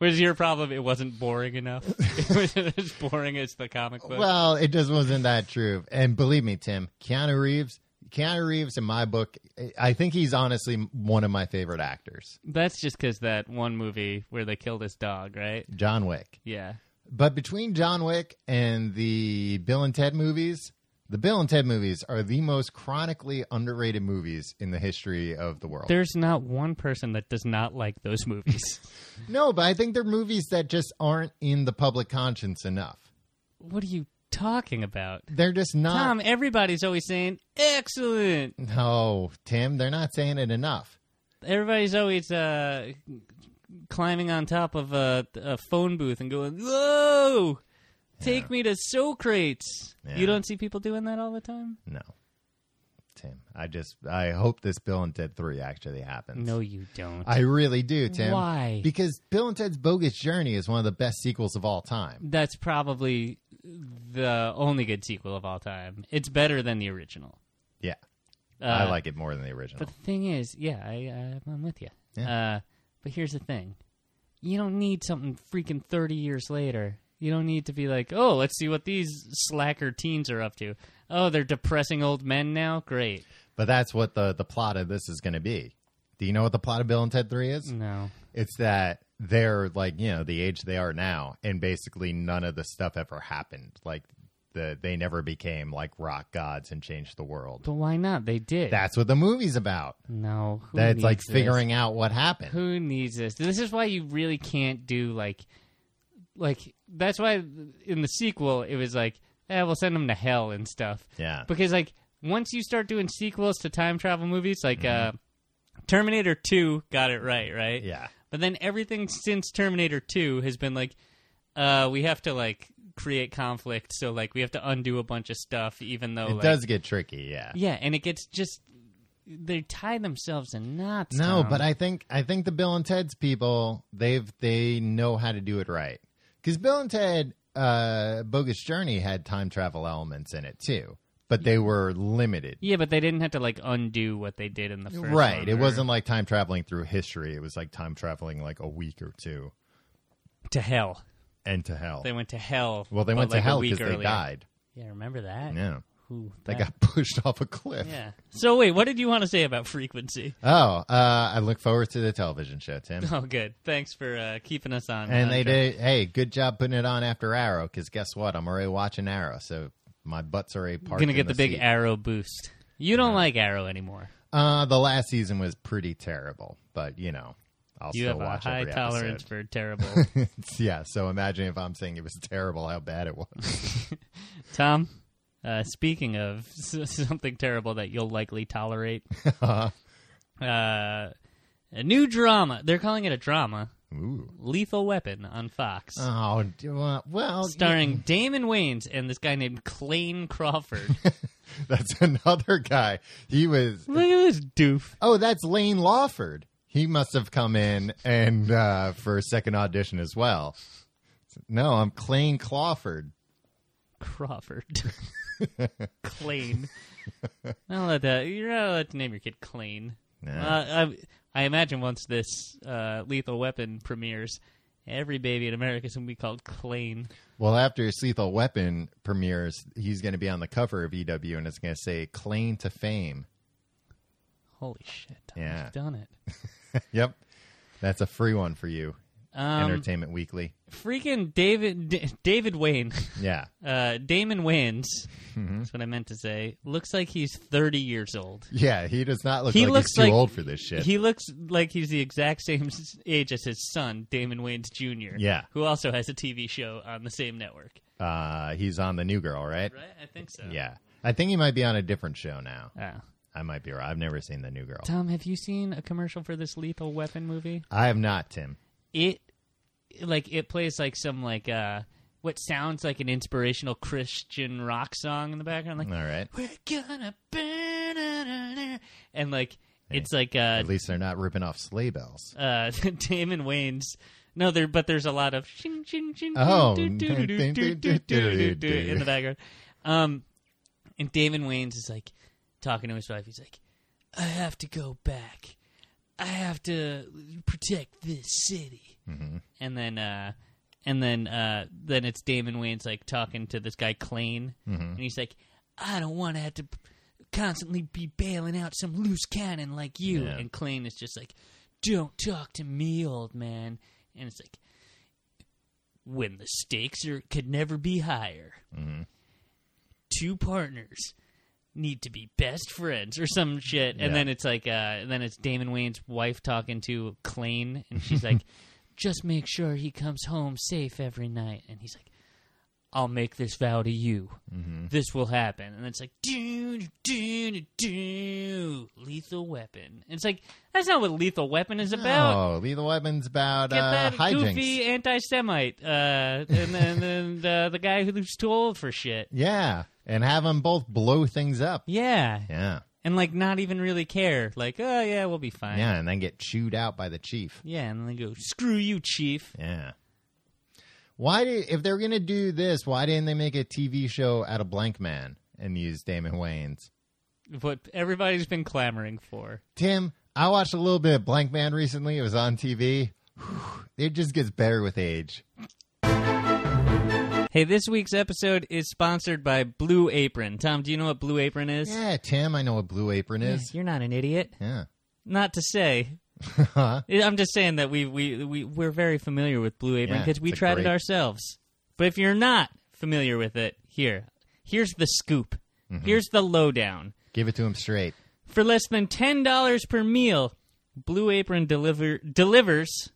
S2: Was your problem? It wasn't boring enough. it was as boring as the comic book.
S1: Well, it just wasn't that true. And believe me, Tim, Keanu Reeves, Keanu Reeves in my book, I think he's honestly one of my favorite actors.
S2: That's just because that one movie where they killed his dog, right?
S1: John Wick.
S2: Yeah.
S1: But between John Wick and the Bill and Ted movies, the Bill and Ted movies are the most chronically underrated movies in the history of the world.
S2: There's not one person that does not like those movies.
S1: no, but I think they're movies that just aren't in the public conscience enough.
S2: what are you talking about?
S1: They're just not.
S2: Tom, everybody's always saying, excellent.
S1: No, Tim, they're not saying it enough.
S2: Everybody's always uh, climbing on top of a, a phone booth and going, whoa, take me to Socrates.
S1: Yeah.
S2: You don't see people doing that all the time?
S1: No. Tim. I just I hope this Bill and Ted Three actually happens.
S2: No, you don't.
S1: I really do, Tim.
S2: Why?
S1: Because Bill and Ted's Bogus Journey is one of the best sequels of all time.
S2: That's probably the only good sequel of all time. It's better than the original.
S1: Yeah,
S2: Uh,
S1: I like it more than the original.
S2: But the thing is, yeah, I, I, I'm with you. Uh, but here's the thing: you don't need something freaking 30 years later. You don't need to be like, oh, let's see what these slacker teens are up to. Oh, they're depressing old men now. Great.
S1: But that's what the the plot of this is going to be. Do you know what the plot of Bill and Ted Three is?
S2: No.
S1: It's that they're like you know the age they are now, and basically none of the stuff ever happened. Like the they never became like rock gods and changed the world.
S2: But why not? They did.
S1: That's what the movie's about.
S2: no. Who
S1: That's
S2: needs
S1: like
S2: this?
S1: figuring out what happened.
S2: Who needs this? This is why you really can't do like, like that's why in the sequel it was like, eh, we'll send them to hell and stuff.
S1: yeah.
S2: because like once you start doing sequels to time travel movies like uh Terminator 2 got it right, right?
S1: Mm-hmm. yeah.
S2: But then everything since Terminator 2 has been like uh we have to like create conflict, so like we have to undo a bunch of stuff even though
S1: It
S2: like
S1: does get tricky, yeah.
S2: Yeah, and it gets just they tie themselves in knots.
S1: No,
S2: Tom.
S1: but I think I think the Bill and Ted's people they've they know how to do it right because Bill and Ted uh, Bogus Journey had time travel elements in it too, but they were limited.
S2: Yeah, but they didn't have to like undo what they did in the first
S1: Right,
S2: one,
S1: it
S2: or-
S1: wasn't like time traveling through history. It was like time traveling like a week or two
S2: to hell.
S1: and to hell.
S2: They went to hell.
S1: well, they
S2: but,
S1: went
S2: like,
S1: to
S2: a
S1: hell
S2: week
S1: because they
S2: earlier.
S1: died.
S2: Yeah, remember that?
S1: Yeah,
S2: Ooh,
S1: they
S2: that-
S1: got pushed off a cliff.
S2: Yeah. So wait, what did you want to say about frequency?
S1: Oh, uh, I look forward to the television show, Tim.
S2: Oh, good. Thanks for uh, keeping us on.
S1: And they
S2: track.
S1: did. Hey, good job putting it on after Arrow. Because guess what? I'm already watching Arrow, so my butt's already parked.
S2: Gonna
S1: in
S2: get the, big
S1: seat.
S2: arrow boost. You don't like arrow anymore.
S1: Uh, the last season was pretty terrible, but you know, I'll
S2: You
S1: still
S2: have a
S1: watch
S2: high
S1: every
S2: tolerance
S1: episode.
S2: for terrible.
S1: yeah. So imagine if I'm saying it was terrible, how bad it was.
S2: Tom, uh, speaking of s- something terrible that you'll likely tolerate,
S1: Uh-huh.
S2: uh, a new drama. They're calling it a drama.
S1: Ooh.
S2: Lethal Weapon on Fox.
S1: Oh do you want- well,
S2: Starring Damon Wayans and this guy named Clayne Crawford.
S1: that's another guy. He was.
S2: Look at this doof.
S1: Oh, that's Lane Lawford. He must have come in and uh, for a second audition as well. No, I'm Clayne Clawford.
S2: Crawford. Clayne. I don't let that. You're not allowed to name your kid Clayne.
S1: No.
S2: Uh, I, I imagine once this uh, Lethal Weapon premieres, every baby in America is going to be called Clayne.
S1: Well, after his Lethal Weapon premieres, he's going to be on the cover of EW and it's going to say Claim to Fame.
S2: Holy shit!
S1: Yeah.
S2: I've done it.
S1: Yep. That's a free one for you,
S2: Um,
S1: Entertainment Weekly.
S2: freaking David D- David Wayne,
S1: Yeah.
S2: uh, Damon Wayans.
S1: Mm-hmm.
S2: That's what I meant to say. Looks like he's thirty years old.
S1: Yeah, he does not look
S2: He
S1: like
S2: looks
S1: he's too
S2: like-
S1: old for this shit.
S2: He looks like he's the exact same s- age as his son, Damon Wayans Jr.
S1: Yeah.
S2: who also has a TV show on the same network.
S1: uh, he's on The New Girl, right?
S2: Right, I think so.
S1: Yeah. I think he might be on a different show now.
S2: Oh.
S1: I might be right. I've never seen The New Girl.
S2: Tom, have you seen a commercial for this Lethal Weapon movie?
S1: I have not, Tim.
S2: It, like, it plays like some like uh, what sounds like an inspirational Christian rock song in the background, like
S1: All right.
S2: "We're gonna burn," it," and like it's like uh,
S1: At least they're not ripping off sleigh bells.
S2: uh, Damon Wayne's. No, there, but there's a lot of shin, shin, shin,
S1: Oh.
S2: do, do, do, do, do, do, do, in the background. Um, and Damon Wayne's is like talking to his wife. He's like, "I have to go back. I have to protect this city." And then, uh, and then, uh, then it's Damon Wayne's like talking to this guy Clayne, and he's like, "I don't want to have to." Constantly be bailing out some loose cannon like you,
S1: Yeah.
S2: and Clayne is just like, don't talk to me, old man. And it's like, when the stakes are could never be higher, two partners need to be best friends or some shit.
S1: Yeah.
S2: And then it's like, uh, and then it's Damon Wayne's wife talking to Clayne, and she's like, just make sure he comes home safe every night. And he's like, I'll make this vow to you.
S1: Mm-hmm.
S2: This will happen. And it's like, do, do, do, do, lethal weapon. It's like, that's not what lethal weapon is about.
S1: Oh, Lethal Weapon's about
S2: Get
S1: uh,
S2: that
S1: hijinks.
S2: goofy anti-Semite, uh, and then and, uh, the guy who's too old for shit.
S1: Yeah, and have them both blow things up.
S2: Yeah,
S1: Yeah.
S2: and like not even really care. Like, oh yeah, we'll be fine.
S1: Yeah, and then get chewed out by the chief.
S2: Yeah, and then they go, screw you, chief.
S1: Yeah. Why did if they're gonna do this? Why didn't they make a TV show out of Blank Man and use Damon Wayans?
S2: What everybody's been clamoring for.
S1: Tim, I watched a little bit of Blank Man recently. It was on TV. Whew, it just gets better with age.
S2: Hey, this week's episode is sponsored by Blue Apron. Tom, do you know what Blue Apron is?
S1: Yeah, Tim, I know what Blue Apron
S2: Yeah,
S1: is.
S2: You're not an idiot.
S1: Yeah.
S2: Not to say. I'm just saying that we we we we're very familiar with Blue Apron
S1: Yeah,
S2: because we
S1: it's a
S2: tried it
S1: great-
S2: ourselves. But if you're not familiar with it, here, here's the scoop.
S1: Mm-hmm.
S2: Here's the lowdown.
S1: Give it to him straight.
S2: For less than ten dollars per meal, Blue Apron deliver delivers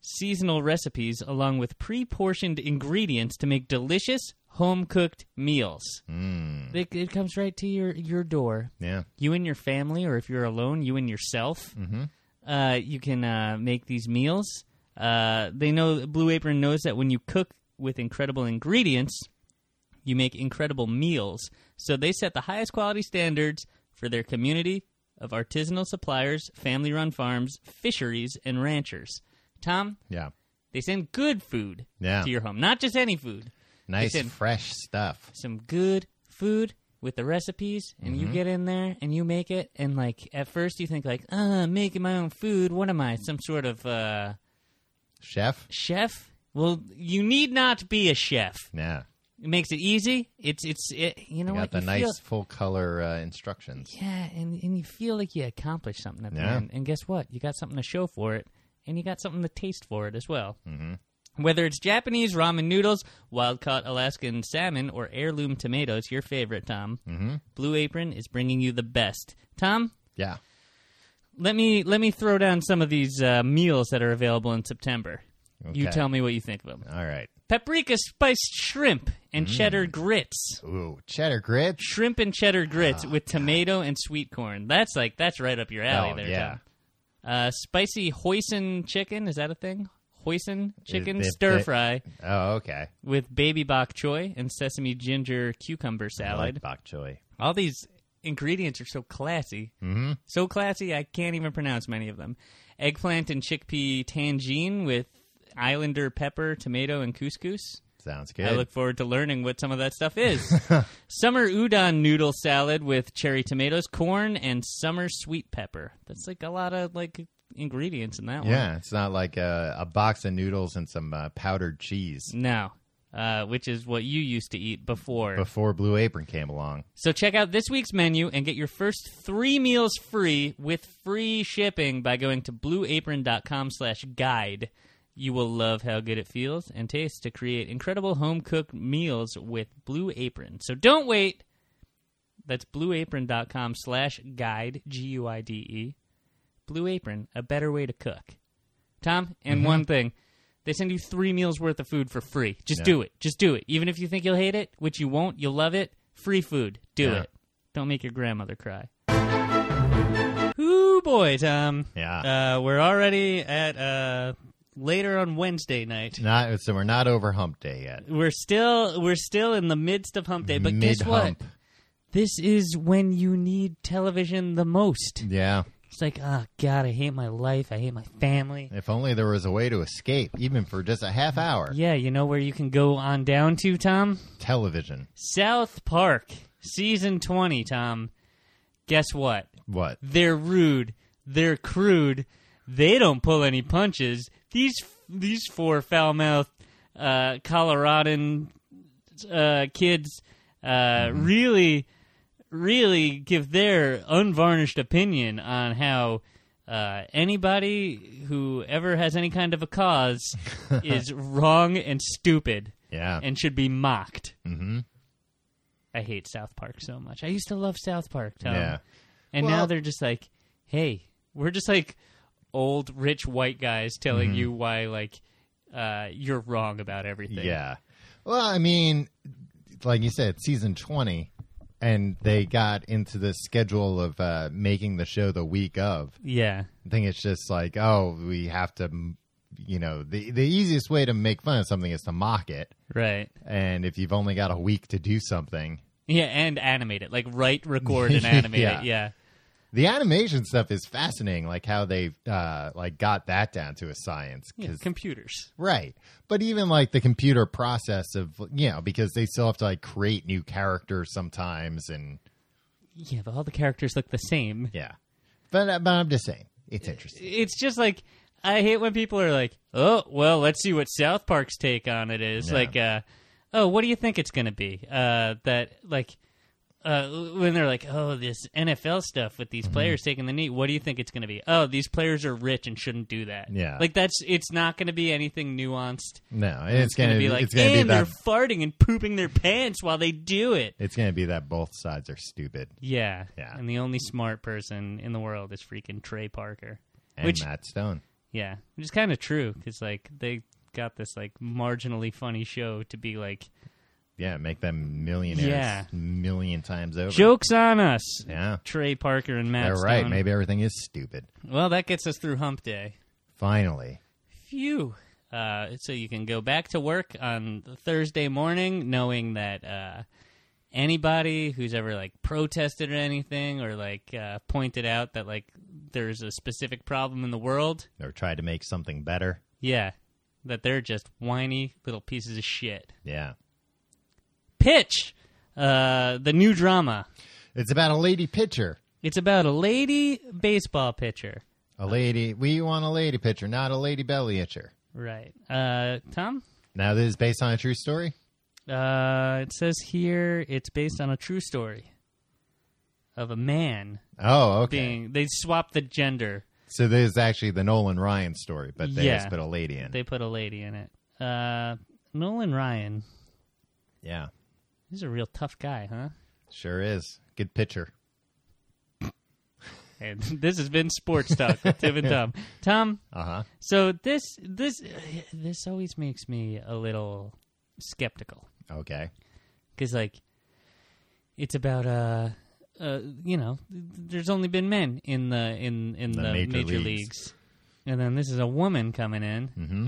S2: seasonal recipes along with pre-portioned ingredients to make delicious home-cooked meals.
S1: Mm,
S2: It, it comes right to your your door.
S1: yeah.
S2: You and your family, or if you're alone, you and yourself.
S1: Mhm.
S2: Uh, you can uh, make these meals. Uh, they know Blue Apron knows that when you cook with incredible ingredients, you make incredible meals. So they set the highest quality standards for their community of artisanal suppliers, family-run farms, fisheries, and ranchers. Tom,
S1: Yeah.
S2: they send good food
S1: Yeah.
S2: to your home, not just any food.
S1: Nice,
S2: Listen.
S1: fresh stuff.
S2: Some good food with the recipes, and
S1: Mm-hmm.
S2: you get in there and you make it. And like at first, you think like, "Uh, making my own food. What am I? Some sort of uh,
S1: Chef?
S2: chef?" Well, you need not be a chef.
S1: Yeah.
S2: It makes it easy. It's it's it, you know
S1: You got
S2: what
S1: the
S2: you
S1: nice
S2: feel-
S1: full color uh, instructions.
S2: yeah, and and you feel like you accomplished something at the
S1: Yeah.
S2: end. And guess what? You got something to show for it, and you got something to taste for it as well. Mm-hmm. Whether it's Japanese ramen noodles, wild caught Alaskan salmon, or heirloom tomatoes, your favorite, Tom. Mm-hmm. Blue Apron is bringing you the best. Tom,
S1: Yeah.
S2: let me let me throw down some of these uh, meals that are available in September. You
S1: Okay.
S2: tell me what you think of them.
S1: All right.
S2: Paprika spiced shrimp and cheddar grits
S1: Ooh, cheddar grits.
S2: shrimp and cheddar grits with tomato and sweet corn. That's like that's right up your alley
S1: Oh,
S2: there.
S1: yeah.
S2: Tom. Uh, spicy hoisin chicken is that a thing? Hoisin chicken
S1: It- it-
S2: stir
S1: it-
S2: fry
S1: Oh, okay.
S2: with baby bok choy and sesame ginger cucumber
S1: I
S2: salad.
S1: like bok choy.
S2: All these ingredients are so classy, mm-hmm. so classy. I can't even pronounce many of them. Eggplant and chickpea tangine with islander pepper, tomato, and couscous.
S1: Sounds good.
S2: I look forward to learning what some of that stuff is. summer udon noodle salad with cherry tomatoes, corn, and summer sweet pepper. That's like a lot of like ingredients in that one.
S1: yeah, it's not like a, a box of noodles and some uh, powdered cheese
S2: No. Uh, which is what you used to eat before.
S1: before Blue Apron came along.
S2: so check out this week's menu and get your first three meals free with free shipping by going to blueapron.com slash guide. You will love how good it feels and tastes to create incredible home cooked meals with Blue Apron. So don't wait. That's blueapron.com slash guide, G U I D E. Blue Apron, a better way to cook. Tom, and
S1: Mm-hmm.
S2: one thing they send you three meals worth of food for free. Just
S1: Yeah.
S2: do it. Just do it. Even if you think you'll hate it, which you won't, you'll love it. Free food. Do
S1: Yeah.
S2: it. Don't make your grandmother cry. Ooh, boy, Tom.
S1: Yeah.
S2: Uh, we're already at uh, later on Wednesday night.
S1: Not so we're not over hump day yet.
S2: We're still we're still in the midst of hump day, but
S1: Mid
S2: guess what?
S1: hump.
S2: This is when you need television the most.
S1: Yeah.
S2: It's like, oh god, I hate my life. I hate my family.
S1: If only there was a way to escape, even for just a half hour.
S2: Yeah, you know where you can go on down to, Tom?
S1: Television.
S2: South Park, season 20, Tom. Guess what?
S1: What?
S2: They're rude. They're crude. They don't pull any punches. These these four foul mouthed uh, Coloradan uh, kids uh,
S1: Mm-hmm.
S2: really really give their unvarnished opinion on how uh, anybody who ever has any kind of a cause is wrong and stupid
S1: Yeah.
S2: and should be mocked.
S1: mm-hmm.
S2: I hate South Park so much. I used to love South Park, Tom.
S1: Yeah.
S2: And now
S1: Well-
S2: they're just like, hey, we're just like old rich white guys
S1: Mm-hmm.
S2: telling you why like uh, you're wrong about everything.
S1: Yeah. Well, I mean, like you said, season 20, and they got into the schedule of uh, making the show the week of.
S2: Yeah.
S1: I think it's just like, oh, we have to, m- you know, the, the easiest way to make fun of something is to mock it.
S2: Right.
S1: And if you've only got a week to do something,
S2: Yeah, and animate it. Like write, record, and animate
S1: Yeah.
S2: it. Yeah.
S1: The animation stuff is fascinating, like how they uh, like got that down to a science.
S2: yeah.
S1: 'cause-
S2: Computers.
S1: right, but even like the computer process of you know because they still have to like create new characters sometimes, and
S2: Yeah, but all the characters look the same.
S1: yeah. But but I'm just saying, it's interesting.
S2: It's just like I hate when people are like, "Oh, well, let's see what South Park's take on it is."
S1: Yeah.
S2: Like, uh, "Oh, what do you think it's going to be?" Uh, that like uh, when they're like, "Oh, this NFL stuff with these
S1: Mm-hmm.
S2: players taking the knee. What do you think it's going to be?" "Oh, these players are rich and shouldn't do that."
S1: Yeah.
S2: like that's it's not going to be anything nuanced.
S1: No, it's,
S2: going to
S1: gonna
S2: be like,
S1: it's gonna be
S2: and
S1: that
S2: they're farting and pooping their pants while they do it.
S1: it's gonna be that both sides are stupid
S2: Yeah.
S1: Yeah.
S2: And the only smart person in the world is freaking Trey Parker.
S1: and
S2: Which-
S1: Matt Stone.
S2: Yeah. Which is kind of true because, like, they got this, like, marginally funny show to be like,
S1: Yeah, make them millionaires
S2: Yeah.
S1: million times over.
S2: joke's on us.
S1: Yeah,
S2: Trey Parker and Matt
S1: they're right.
S2: Stone.
S1: Maybe everything is stupid.
S2: Well, that gets us through hump day.
S1: Finally,
S2: Phew. Uh, so you can go back to work on Thursday morning knowing that uh, anybody who's ever like protested or anything or like uh, pointed out that like there's a specific problem in the world,
S1: or try to make something better.
S2: yeah, that they're just whiny little pieces of shit.
S1: Yeah.
S2: Pitch, uh, the new drama.
S1: It's about a lady pitcher.
S2: It's about a lady baseball pitcher.
S1: A lady. We want a lady pitcher, not a lady belly itcher.
S2: Right. Uh, Tom?
S1: Now, this is based on a true story.
S2: Uh, it says here it's based on a true story of a man
S1: Oh, okay.
S2: being. They swapped the gender.
S1: so this is actually the Nolan Ryan story, but they
S2: Yeah.
S1: just put a lady in.
S2: They put a lady in it. Uh, Nolan Ryan.
S1: yeah,
S2: He's a real tough guy, huh?
S1: sure is. Good pitcher.
S2: And this has been Sports Talk with Tim and Tom. Tom,
S1: Uh huh.
S2: so this this this always makes me a little skeptical.
S1: Okay.
S2: because like it's about uh, uh you know th- there's only been men in the in in the,
S1: The major
S2: leagues.
S1: leagues.
S2: and then this is a woman coming in
S1: hmm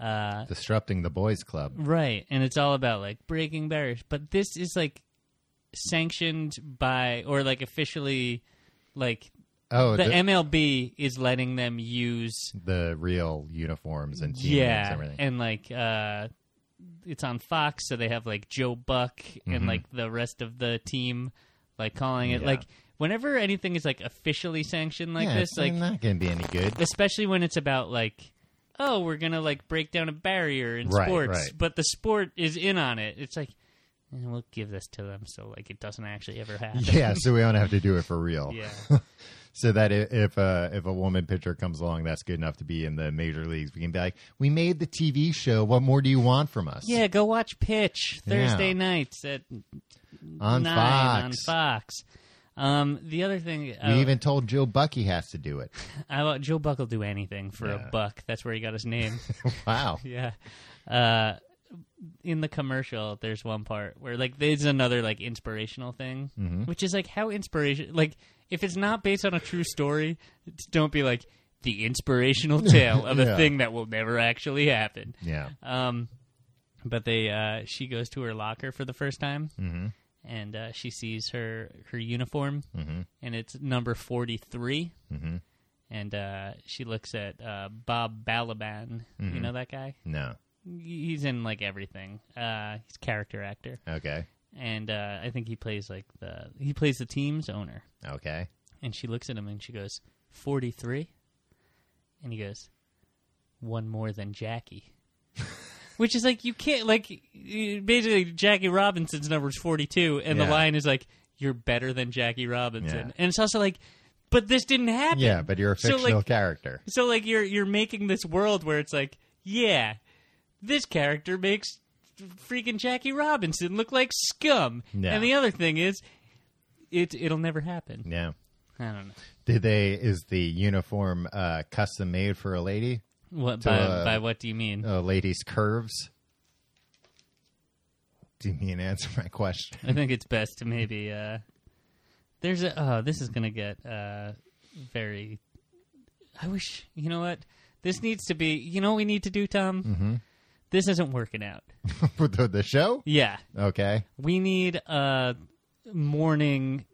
S2: uh
S1: Disrupting the boys' club.
S2: right and it's all about like breaking barriers but this is like sanctioned by or like officially like
S1: Oh,
S2: the
S1: the,
S2: MLB is letting them use
S1: the real uniforms and team names
S2: yeah
S1: and everything.
S2: and like uh it's on Fox, so they have like Joe Buck and like the rest of the team, like calling it
S1: Mm-hmm. Yeah.
S2: like whenever anything is like officially sanctioned like
S1: yeah,
S2: this,
S1: it's
S2: like
S1: not going to be any good.
S2: especially when it's about like oh we're gonna like break down a barrier in
S1: Right,
S2: sports,
S1: right.
S2: but the sport is in on it. It's like eh, we'll give this to them, so like it doesn't actually ever happen.
S1: Yeah, so we don't have to do it for real.
S2: yeah,
S1: so that i- if uh, if a woman pitcher comes along that's good enough to be in the major leagues, we can be like, we made the TV show. What more do you want from us?
S2: yeah. Go watch pitch Thursday nights at
S1: on
S2: nine
S1: Fox.
S2: on Fox. Um, the other thing
S1: We
S2: I-
S1: even told Joe Buck he has to do it.
S2: I want Joe Buck will do anything for
S1: Yeah.
S2: a buck. That's where he got his name.
S1: wow.
S2: yeah. Uh, in the commercial, there's one part where like there's another like inspirational thing,
S1: Mm-hmm.
S2: which is like how inspiration like if it's not based on a true story, it's- don't be like the inspirational tale of a
S1: Yeah.
S2: thing that will never actually happen.
S1: Yeah.
S2: Um, but they uh, she goes to her locker for the first time,
S1: Mm-hmm.
S2: and uh, she sees her her uniform,
S1: Mm-hmm.
S2: and it's number forty
S1: Mhm.
S2: and uh, she looks at uh, Bob Balaban. You
S1: Mm-hmm.
S2: know that guy?
S1: No.
S2: He's in like everything. Uh, he's a character actor,
S1: Okay.
S2: and uh, I think he plays like the he plays the team's owner.
S1: Okay.
S2: And she looks at him and she goes forty three, and he goes one more than Jackie. Which is like you can't like basically Jackie Robinson's number is forty two, and
S1: Yeah.
S2: the line is like you're better than Jackie Robinson,
S1: Yeah.
S2: and it's also like, but this didn't happen.
S1: Yeah, but you're a
S2: So, like-
S1: fictional character.
S2: So like you're you're making this world where it's like, yeah, this character makes freaking Jackie Robinson look like scum.
S1: Yeah.
S2: And the other thing is it it'll never happen.
S1: Yeah.
S2: I don't know.
S1: Did they? Is the uniform uh, custom made for a lady?
S2: What
S1: So,
S2: by,
S1: uh,
S2: by what do you mean?
S1: A lady's curves. Do you mean answer my question?
S2: I think it's best to maybe uh there's a oh, this is gonna get uh very I wish you know what? This needs to be you know what we need to do, Tom? Mm-hmm. This isn't working out.
S1: For the, the show?
S2: Yeah.
S1: Okay.
S2: We need uh morning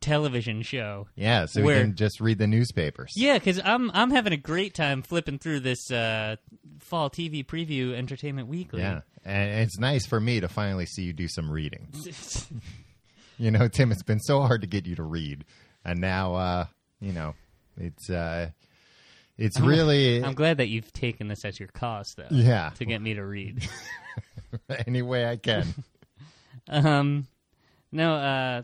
S2: television show.
S1: Yeah, so we
S2: Where-
S1: can just read the newspapers.
S2: Yeah, because I'm I'm having a great time flipping through this uh, fall TV preview Entertainment Weekly.
S1: Yeah. And it's nice for me to finally see you do some reading. You know, Tim, it's been so hard to get you to read. And now uh, you know, it's uh it's really
S2: I'm glad that you've taken this as your cause, though.
S1: Yeah.
S2: To get me to read.
S1: any way I can.
S2: Um, no, uh,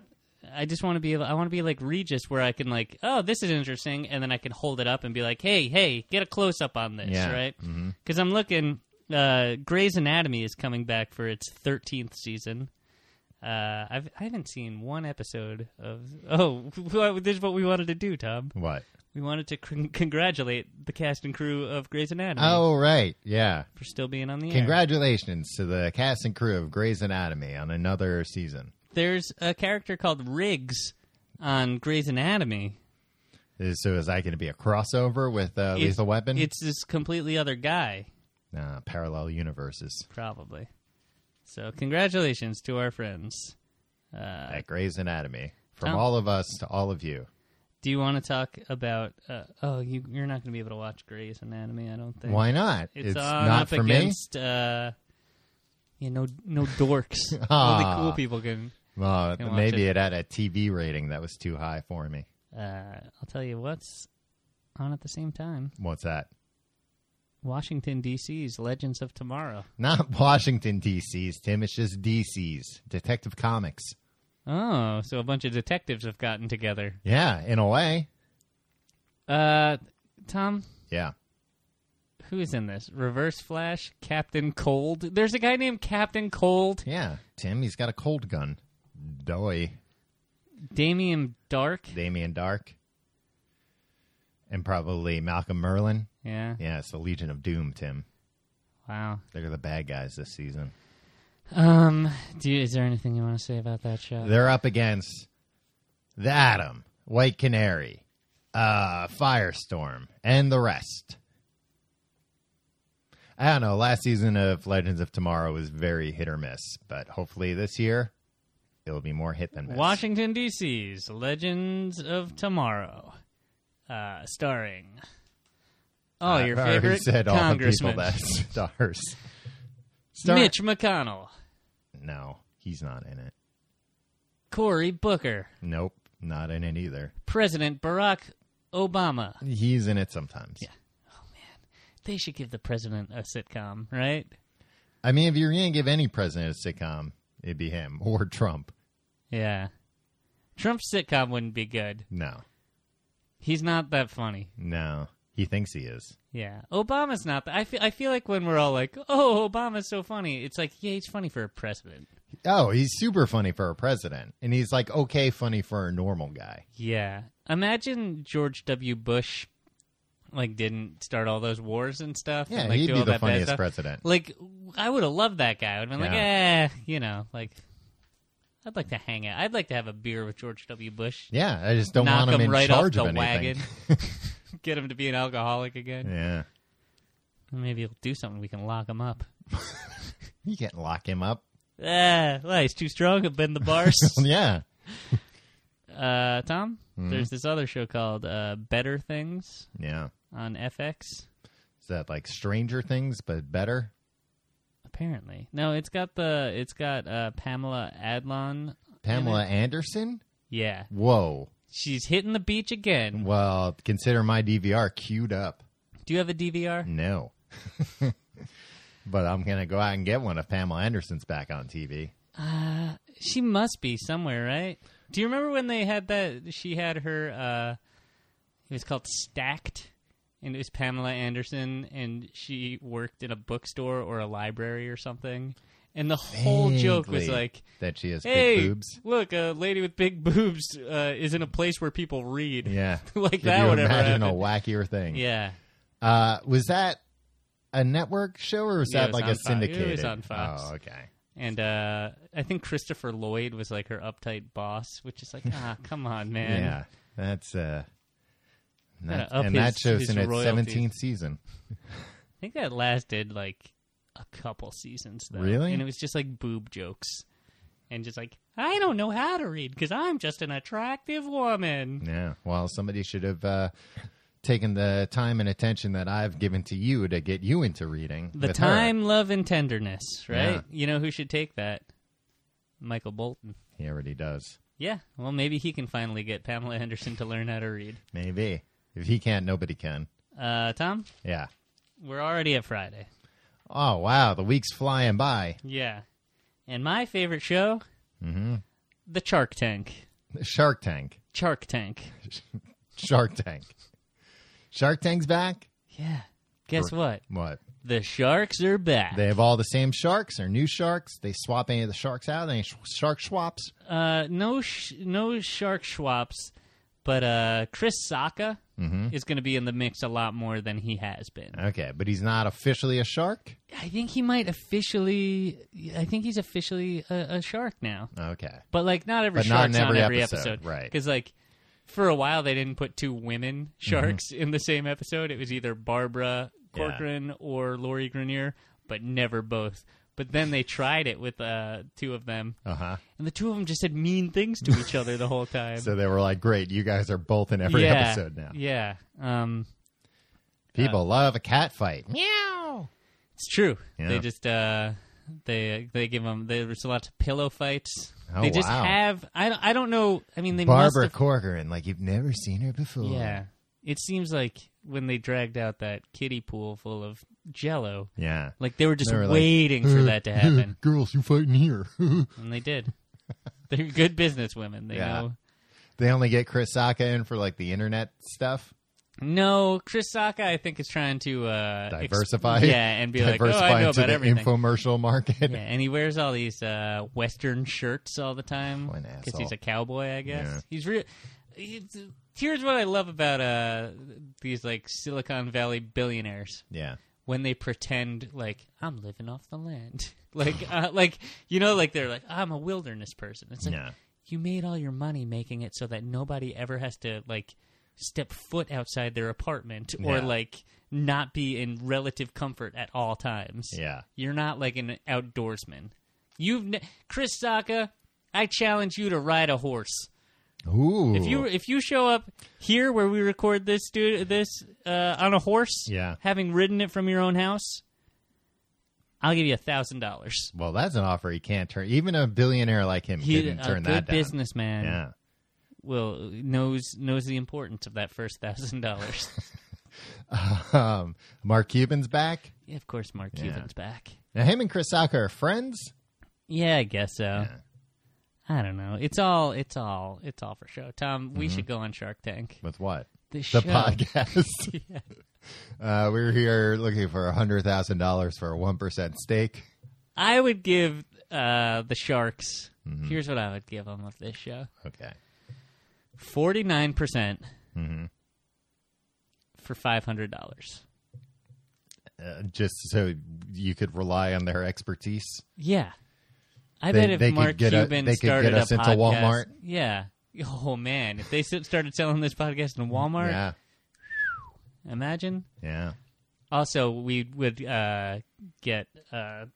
S2: I just want to be. I want to be like Regis, where I can like, oh, this is interesting, and then I can hold it up and be like, hey, hey, get a close up on this,
S1: Yeah. mm-hmm.
S2: right? Because I'm looking. Uh, Grey's Anatomy is coming back for its 13th season. Uh, I've I haven't seen one episode of. Oh, this is what we wanted to do, Tom.
S1: What?
S2: We wanted to con- congratulate the cast and crew of Grey's Anatomy
S1: Oh right. Yeah.
S2: for still being on the air.
S1: Congratulations to the cast and crew of Grey's Anatomy on another season.
S2: There's a character called Riggs on Grey's Anatomy
S1: Is- So is that going to be a crossover with uh,
S2: It-
S1: Lethal Weapon?
S2: It's this completely other guy,
S1: Nah, parallel universes
S2: probably. So congratulations to our friends. Uh,
S1: at Grey's Anatomy. From
S2: Tom?
S1: all of us to all of you.
S2: Do you want to talk about? Uh, oh, you, you're not going to be able to watch Grey's Anatomy, I don't think.
S1: Why not?
S2: It's,
S1: It's
S2: on
S1: not
S2: up
S1: for me.
S2: against. Uh, you know, no dorks. Only
S1: Ah.
S2: cool people can.
S1: Well,
S2: can watch
S1: maybe it. had a TV rating that was too high for me.
S2: Uh, I'll tell you what's on at the same time.
S1: What's that?
S2: Washington D.C.'s Legends of Tomorrow.
S1: Not Washington DC's, Tim. It's just DC's Detective Comics.
S2: Oh, so a bunch of detectives have gotten together.
S1: Yeah, in a way.
S2: Uh, Tom,
S1: Yeah.
S2: who's in this? Reverse Flash, Captain Cold. There's a guy named Captain Cold,
S1: Yeah. Tim, he's got a cold gun. Doy.
S2: Damien Dark.
S1: Damien Dark. And probably Malcolm Merlin.
S2: Yeah.
S1: Yeah, it's the Legion of Doom, Tim.
S2: Wow.
S1: They're the bad guys this season.
S2: Um, do you, is there anything you want to say about that show?
S1: They're up against the Atom, White Canary, uh, Firestorm, and the rest. I don't know. Last season of Legends of Tomorrow was very hit or miss, but hopefully this year it'll be more hit than miss.
S2: Washington D.C.'s Legends of Tomorrow, uh, starring oh your
S1: I've already
S2: favorite
S1: said all the people
S2: congressman
S1: that stars. Star-
S2: Mitch McConnell,
S1: No, he's not in it.
S2: Cory Booker,
S1: Nope, not in it either.
S2: President Barack Obama.
S1: He's in it sometimes. Yeah.
S2: They should give the president a sitcom, right?
S1: I mean, if you're going to give any president a sitcom, it'd be him or Trump.
S2: Yeah. Trump's sitcom wouldn't be good.
S1: No,
S2: He's not that funny.
S1: no. He thinks he is.
S2: Yeah, Obama's not. Th- I feel. I feel like when we're all like, "Oh, Obama's so funny," it's like, yeah, he's funny for a president.
S1: Oh, he's super funny for a president. And he's like, okay, funny for a normal guy.
S2: Yeah, imagine George W. Bush, like, didn't start all those wars and stuff.
S1: Yeah,
S2: and, like,
S1: he'd
S2: do
S1: be
S2: all
S1: the
S2: that bad
S1: funniest
S2: stuff.
S1: president.
S2: Like, w- I would have loved that guy. I'd been like, eh, you know, like, I'd like to hang out. I'd like to have a beer with George W. Bush.
S1: Yeah, I just don't
S2: knock
S1: want him, in
S2: right
S1: charge
S2: off the
S1: of anything.
S2: wagon. Get him to be an alcoholic again.
S1: Yeah.
S2: Maybe he'll do something. We can lock him up.
S1: You can't lock him up.
S2: Ah, well, he's too strong. I've been the bars.
S1: Yeah.
S2: uh, Tom, there's this other show called uh, Better Things
S1: Yeah.
S2: on FX.
S1: Is that like Stranger Things, but better?
S2: Apparently, no, it's got the it's got uh, Pamela Adlon.
S1: Pamela Anderson?
S2: Yeah,
S1: Whoa.
S2: she's hitting the beach again.
S1: Well, consider my DVR queued up.
S2: Do you have a DVR?
S1: No. but I'm going to go out and get one if Pamela Anderson's back on TV.
S2: She must be somewhere, right? Do you remember when they had that? She had her. Uh, it was called Stacked, and it was Pamela Anderson, and she worked in a bookstore or a library or something. And the whole joke was
S1: Vaguely
S2: like,
S1: that she has
S2: hey,
S1: big boobs.
S2: look, a lady with big boobs uh, is in a place where people read.
S1: Yeah.
S2: Like
S1: Could
S2: that
S1: you
S2: would ever
S1: imagine a
S2: happen.
S1: wackier thing?
S2: Yeah.
S1: Uh, was that a network show or was
S2: Yeah, it
S1: that
S2: was
S1: like
S2: on
S1: a
S2: Fox. It was
S1: syndicated?
S2: on Fox.
S1: Oh, okay.
S2: And uh, I think Christopher Lloyd was like her uptight boss, which is like, ah, come on, man.
S1: yeah, that's uh, and
S2: Gotta
S1: that,
S2: up
S1: and that
S2: his-
S1: show's
S2: his
S1: in its
S2: royalties.
S1: seventeenth season.
S2: I think that lasted like a couple seasons, though.
S1: Really?
S2: And it was just like boob jokes. and just like I don't know how to read because I'm just an attractive woman.
S1: Yeah. Well, somebody should have uh, taken the time and attention that I've given to you to get you into reading.
S2: The
S1: with her.
S2: time, love, and tenderness, right?
S1: Yeah.
S2: You know who should take that? Michael Bolton.
S1: He already does.
S2: Yeah, well, maybe he can finally get Pamela Anderson to learn how to read.
S1: Maybe. If he can't, nobody can.
S2: Uh, Tom,
S1: Yeah.
S2: we're already at Friday.
S1: Oh, wow. The week's flying by.
S2: Yeah. And my favorite show, the Shark Tank.
S1: Shark Tank.
S2: Shark Tank.
S1: Shark Tank. Shark Tank's back?
S2: Yeah. Guess what?
S1: What?
S2: The sharks are back.
S1: They have all the same sharks or new sharks. They swap any of the sharks out. Any sh- shark swaps?
S2: uh, no, sh- no shark swaps, but uh, Chris Saka is going to be in the mix a lot more than he has been.
S1: Okay, but he's not officially a shark?
S2: I think he might officially. I think he's officially a, a shark now.
S1: Okay.
S2: But like not every
S1: But not
S2: shark's
S1: in every
S2: on every
S1: episode,
S2: episode,
S1: right. Mm-hmm.
S2: Because like for a while they didn't put two women sharks in the same episode. It was either Barbara
S1: Yeah.
S2: Corcoran or Lori Grenier, but never both. But then they tried it with uh, two of them,
S1: Uh huh.
S2: and the two of them just said mean things to each other the whole time.
S1: So they were like, great, you guys are both in every
S2: yeah,
S1: episode now.
S2: Yeah, um,
S1: People love a cat fight. Meow.
S2: it's true.
S1: Yeah.
S2: They just uh, they they give them. There's lots of pillow fights.
S1: Oh,
S2: they just
S1: wow.
S2: have. I don't- I don't know. I mean, they must
S1: Barbara
S2: have
S1: Corcoran, like you've never seen her before.
S2: Yeah. It seems like when they dragged out that kiddie pool full of jello,
S1: Yeah.
S2: like they were just
S1: They were like,
S2: waiting for that to happen.
S1: Girls, you fighting here.
S2: and they did. They're good business women. They
S1: Yeah.
S2: know.
S1: they only get Chris Saka in for like the internet stuff.
S2: No, Chris Saka, I think, is trying to uh, ex-
S1: Diversify.
S2: yeah, and be like, oh,
S1: diversify
S2: I know
S1: into
S2: about
S1: the
S2: everything.
S1: infomercial market.
S2: yeah, and he wears all these uh, Western shirts all the time
S1: What an
S2: because he's
S1: asshole.
S2: a cowboy, I guess.
S1: Yeah.
S2: He's real. Here's what I love about uh, these like Silicon Valley billionaires.
S1: Yeah.
S2: when they pretend like I'm living off the land, like uh, like you know, like they're like I'm a wilderness person. It's like
S1: Yeah.
S2: you made all your money making it so that nobody ever has to like step foot outside their apartment or
S1: Yeah.
S2: like not be in relative comfort at all times.
S1: Yeah.
S2: You're not like an outdoorsman. You've ne- Chris Saka. I challenge you to ride a horse.
S1: Ooh.
S2: If you if you show up here where we record this dude this uh, on a horse,
S1: Yeah.
S2: having ridden it from your own house, I'll give you a thousand dollars.
S1: well, that's an offer he can't turn. Even a billionaire like him
S2: He
S1: couldn't
S2: a
S1: turn
S2: good
S1: that down.
S2: businessman
S1: Yeah.
S2: will knows knows the importance of that first thousand dollars.
S1: Um, Mark Cuban's back.
S2: Yeah, of course, Mark Cuban's back.
S1: Now, him and Chris Saka are friends.
S2: Yeah, I guess so.
S1: Yeah.
S2: I don't know. It's all it's all it's all for show. Tom, we should go on Shark Tank.
S1: With what?
S2: The,
S1: Mm-hmm. The
S2: show.
S1: podcast. uh, we're here looking for $100,000 for a 1% stake.
S2: I would give uh, the Sharks.
S1: Mm-hmm.
S2: Here's what I would give them of this show.
S1: Okay.
S2: forty nine percent
S1: Mm-hmm.
S2: for five hundred dollars.
S1: Uh, just so you could rely on their expertise.
S2: Yeah, I
S1: They-
S2: bet if
S1: they could
S2: Mark
S1: get a-
S2: Cuban
S1: they could get
S2: started
S1: us
S2: a
S1: into
S2: podcast,
S1: Walmart.
S2: yeah. Oh man, if they s- started selling this podcast in Walmart,
S1: Yeah.
S2: imagine.
S1: Yeah.
S2: Also, we would uh, get uh,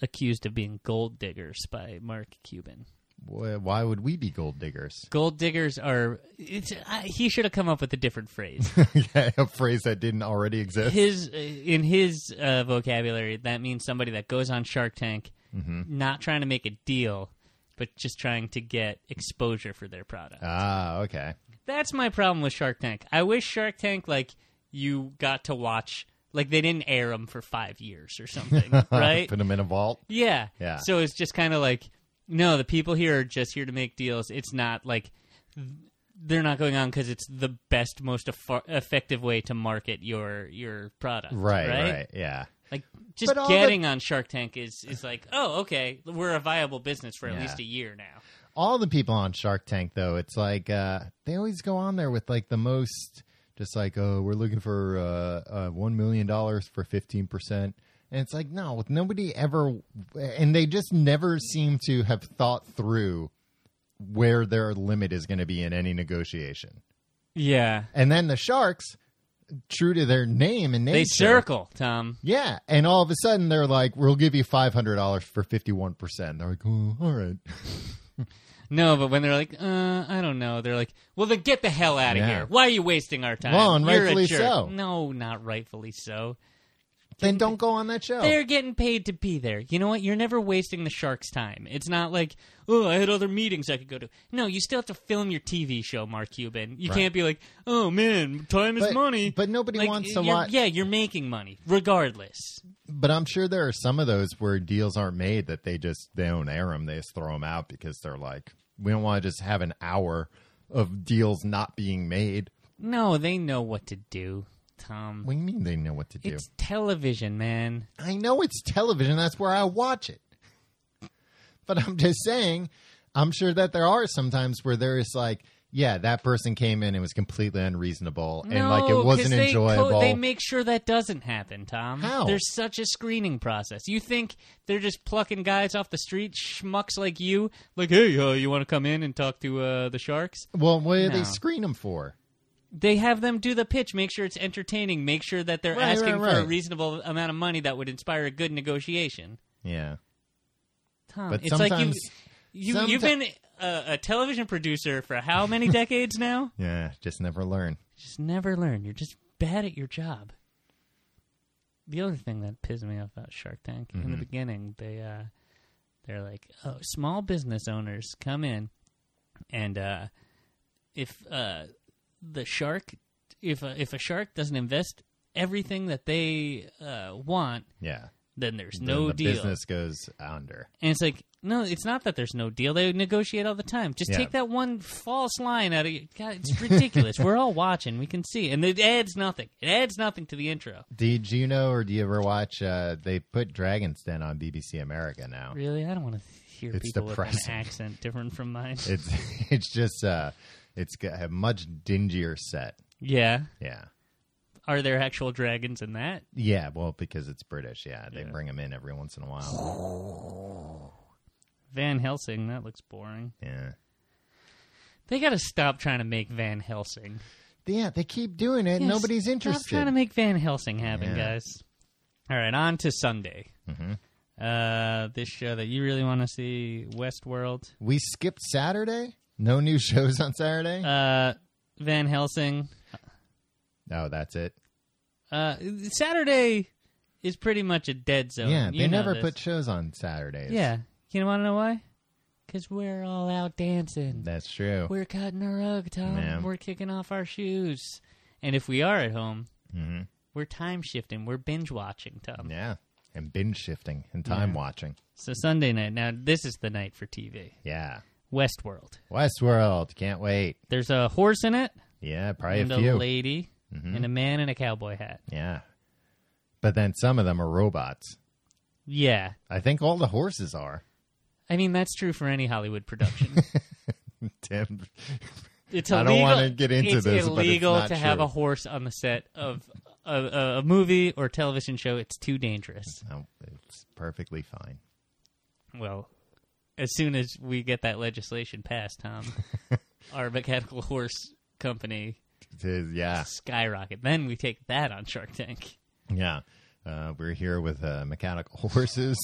S2: accused of being gold diggers by Mark Cuban.
S1: Wh- Why would we be gold diggers?
S2: Gold diggers are. It's, I he should have come up with a different phrase.
S1: yeah, a phrase that didn't already exist.
S2: his in his uh, vocabulary that means somebody that goes on Shark Tank
S1: Mm-hmm.
S2: not trying to make a deal but just trying to get exposure for their product.
S1: Ah, okay.
S2: That's my problem with Shark Tank. I wish Shark Tank like you got to watch like they didn't air them for 5 years or something, right?
S1: Put them in a vault.
S2: Yeah.
S1: Yeah.
S2: So it's just kind of like, no, the people here are just here to make deals. It's not like th- they're not going on because it's the best, most effa- effective way to market your your product.
S1: Right, right.
S2: Right.
S1: yeah.
S2: Like just
S1: But all
S2: getting on Shark Tank is is like, oh, okay, we're a viable business for at
S1: Yeah.
S2: least a year now.
S1: All the people on Shark Tank, though, it's like uh, they always go on there with like the most, just like, oh, we're looking for uh, uh, $1 million for 15%. And it's like, no, nobody ever, and they just never seem to have thought through where their limit is going to be in any negotiation.
S2: Yeah.
S1: And then the sharks, true to their name and nature.
S2: They circle, Tom.
S1: Yeah, and all of a sudden they're like, "We'll give you five hundred dollars for fifty-one percent." They're like, oh, "All right."
S2: No, but when they're like, uh, I don't know, they're like, well, then get the hell out of
S1: Yeah.
S2: here. Why are you wasting our time?
S1: Well, and
S2: You're
S1: rightfully
S2: a jerk.
S1: so.
S2: No, not rightfully so.
S1: then don't go on that show.
S2: They're getting paid to be there. You know what? You're never wasting the shark's time. It's not like, oh, I had other meetings I could go to. No, you still have to film your TV show, Mark Cuban. You
S1: Right.
S2: can't be like, oh man, time is
S1: But-
S2: money.
S1: but nobody
S2: Like,
S1: wants to
S2: you're-
S1: watch.
S2: Yeah, you're making money regardless.
S1: But I'm sure there are some of those where deals aren't made that they just they don't air them. They just throw them out because they're like, we don't want to just have an hour of deals not being made.
S2: No, they know what to do, Tom.
S1: What do you mean they know what to do?
S2: it's television, man.
S1: I know it's television. That's where I watch it. But I'm just saying, I'm sure that there are sometimes where there is like, yeah, that person came in and was completely unreasonable and
S2: no,
S1: like it
S2: 'cause
S1: wasn't
S2: they co-
S1: enjoyable.
S2: they make sure that doesn't happen, Tom.
S1: How?
S2: There's such a screening process. You think they're just plucking guys off the street, schmucks like you, like, hey, uh, you want to come in and talk to uh, the Sharks?
S1: well, what do
S2: No.
S1: they screen them for?
S2: They have them do the pitch, make sure it's entertaining, make sure that they're
S1: Right,
S2: asking
S1: right,
S2: for a
S1: right.
S2: reasonable amount of money that would inspire a good negotiation.
S1: Yeah.
S2: Tom,
S1: But
S2: Oh, it's like you,
S1: sometimes-
S2: you
S1: someti-
S2: you've been a, a television producer for how many decades now?
S1: Yeah. Just never learn.
S2: just never learn. You're just bad at your job. The other thing that pissed me off about Shark Tank in
S1: Mm-hmm.
S2: the beginning, they uh, they're like, oh, small business owners come in, and uh, if uh, the shark, if a, if a shark doesn't invest everything that they uh, want,
S1: Yeah.
S2: then there's
S1: Then
S2: no
S1: the
S2: deal.
S1: business goes under.
S2: And it's like, no, it's not that there's no deal. They negotiate all the time. Just
S1: Yeah.
S2: take that one false line out of your. God, it's ridiculous. We're all watching. We can see. And it adds nothing. It adds nothing to the intro.
S1: Did you know or do you ever watch? Uh, they put Dragon's Den on BBC America now.
S2: Really? I don't want to hear
S1: It's
S2: people with
S1: depressing.
S2: an accent different from mine.
S1: It's it's just uh, it's got a much dingier set.
S2: yeah.
S1: Yeah.
S2: Are there actual dragons in that?
S1: Yeah, well, because it's British. Yeah, they
S2: Yeah.
S1: bring them in every once in a while.
S2: Van Helsing, that looks boring.
S1: Yeah,
S2: They got to stop trying to make Van Helsing.
S1: yeah, they keep doing it.
S2: Yeah,
S1: Nobody's
S2: stop
S1: interested.
S2: trying to make Van Helsing happen,
S1: Yeah.
S2: guys. All right, on to Sunday. Uh, this show that you really want to see, Westworld.
S1: we skipped Saturday. No new shows on Saturday.
S2: Uh, Van Helsing.
S1: oh, that's it.
S2: Uh, Saturday is pretty much a dead zone.
S1: yeah,
S2: You
S1: they
S2: know
S1: never
S2: this.
S1: put shows on Saturdays.
S2: Yeah, you want to know why? Because we're all out dancing.
S1: that's true.
S2: We're cutting a rug, Tom.
S1: Yeah.
S2: We're kicking off our shoes, and if we are at home,
S1: hmm
S2: we're time shifting. We're binge watching, Tom.
S1: Yeah, and binge shifting and time watching.
S2: So Sunday night. Now this is the night for TV.
S1: Yeah,
S2: Westworld.
S1: Westworld. Can't wait.
S2: There's a horse in it,
S1: Yeah, probably
S2: and
S1: a
S2: a
S1: few. Mm-hmm.
S2: lady, and a man in a cowboy hat.
S1: yeah, but then some of them are robots.
S2: Yeah,
S1: I think all the horses are.
S2: I mean that's true for any Hollywood production.
S1: Tim,
S2: It's
S1: I
S2: illegal.
S1: don't wanna get into this,
S2: it's
S1: but it's
S2: illegal
S1: not
S2: to have
S1: true.
S2: a horse on the set of a, a, a movie or television show. It's too dangerous.
S1: no, oh, it's perfectly fine.
S2: Well, as soon as we get that legislation passed, Tom, our mechanical horse company
S1: It is, yeah.
S2: skyrocket. Then we take that on Shark Tank.
S1: Yeah. Uh, we're here with uh, mechanical horses.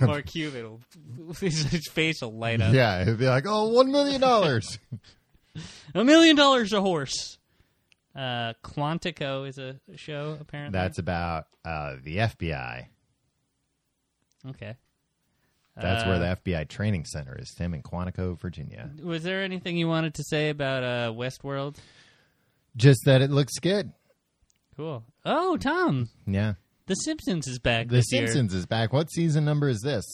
S2: Mark Cuban, will, his face will light up.
S1: yeah, it'd be like, oh, one million dollars.
S2: A million dollars a horse. Uh, Quantico is a show apparently.
S1: That's about uh, the FBI.
S2: okay.
S1: That's where
S2: Uh,
S1: the FBI training center is, Tim, in Quantico, Virginia.
S2: Was there anything you wanted to say about uh, Westworld?
S1: Just that it looks good.
S2: Cool. Oh, Tom,
S1: Yeah.
S2: The Simpsons is back.
S1: The
S2: this year.
S1: Simpsons is back. What season number is this?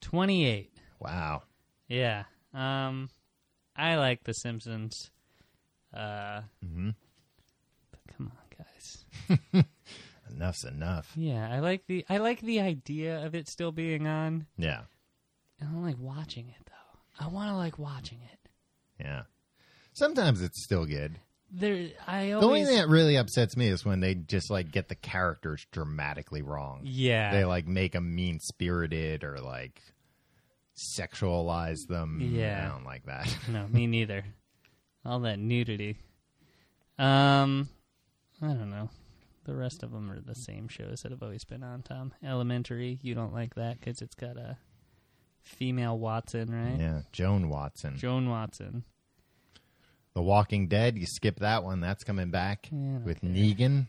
S2: twenty-eight.
S1: Wow.
S2: Yeah. Um, I like The Simpsons. Uh,
S1: Mm-hmm.
S2: but come on, guys.
S1: Enough's enough.
S2: Yeah, I like the I like the idea of it still being on.
S1: Yeah.
S2: I don't like watching it though. I want to like watching it.
S1: Yeah. Sometimes it's still good.
S2: There, I
S1: The only
S2: always
S1: thing that really upsets me is when they just like get the characters dramatically wrong.
S2: yeah
S1: they like make them mean spirited or like sexualize them.
S2: Yeah.
S1: I don't like that.
S2: No, me neither. All that nudity. Um, I don't know. The rest of them are the same shows that have always been on. Tom Elementary, you don't like that because it's got a female Watson, right?
S1: Yeah, Joan Watson.
S2: Joan Watson.
S1: the Walking Dead, you skip that one. That's coming back
S2: Yeah, I don't
S1: with
S2: care.
S1: Negan.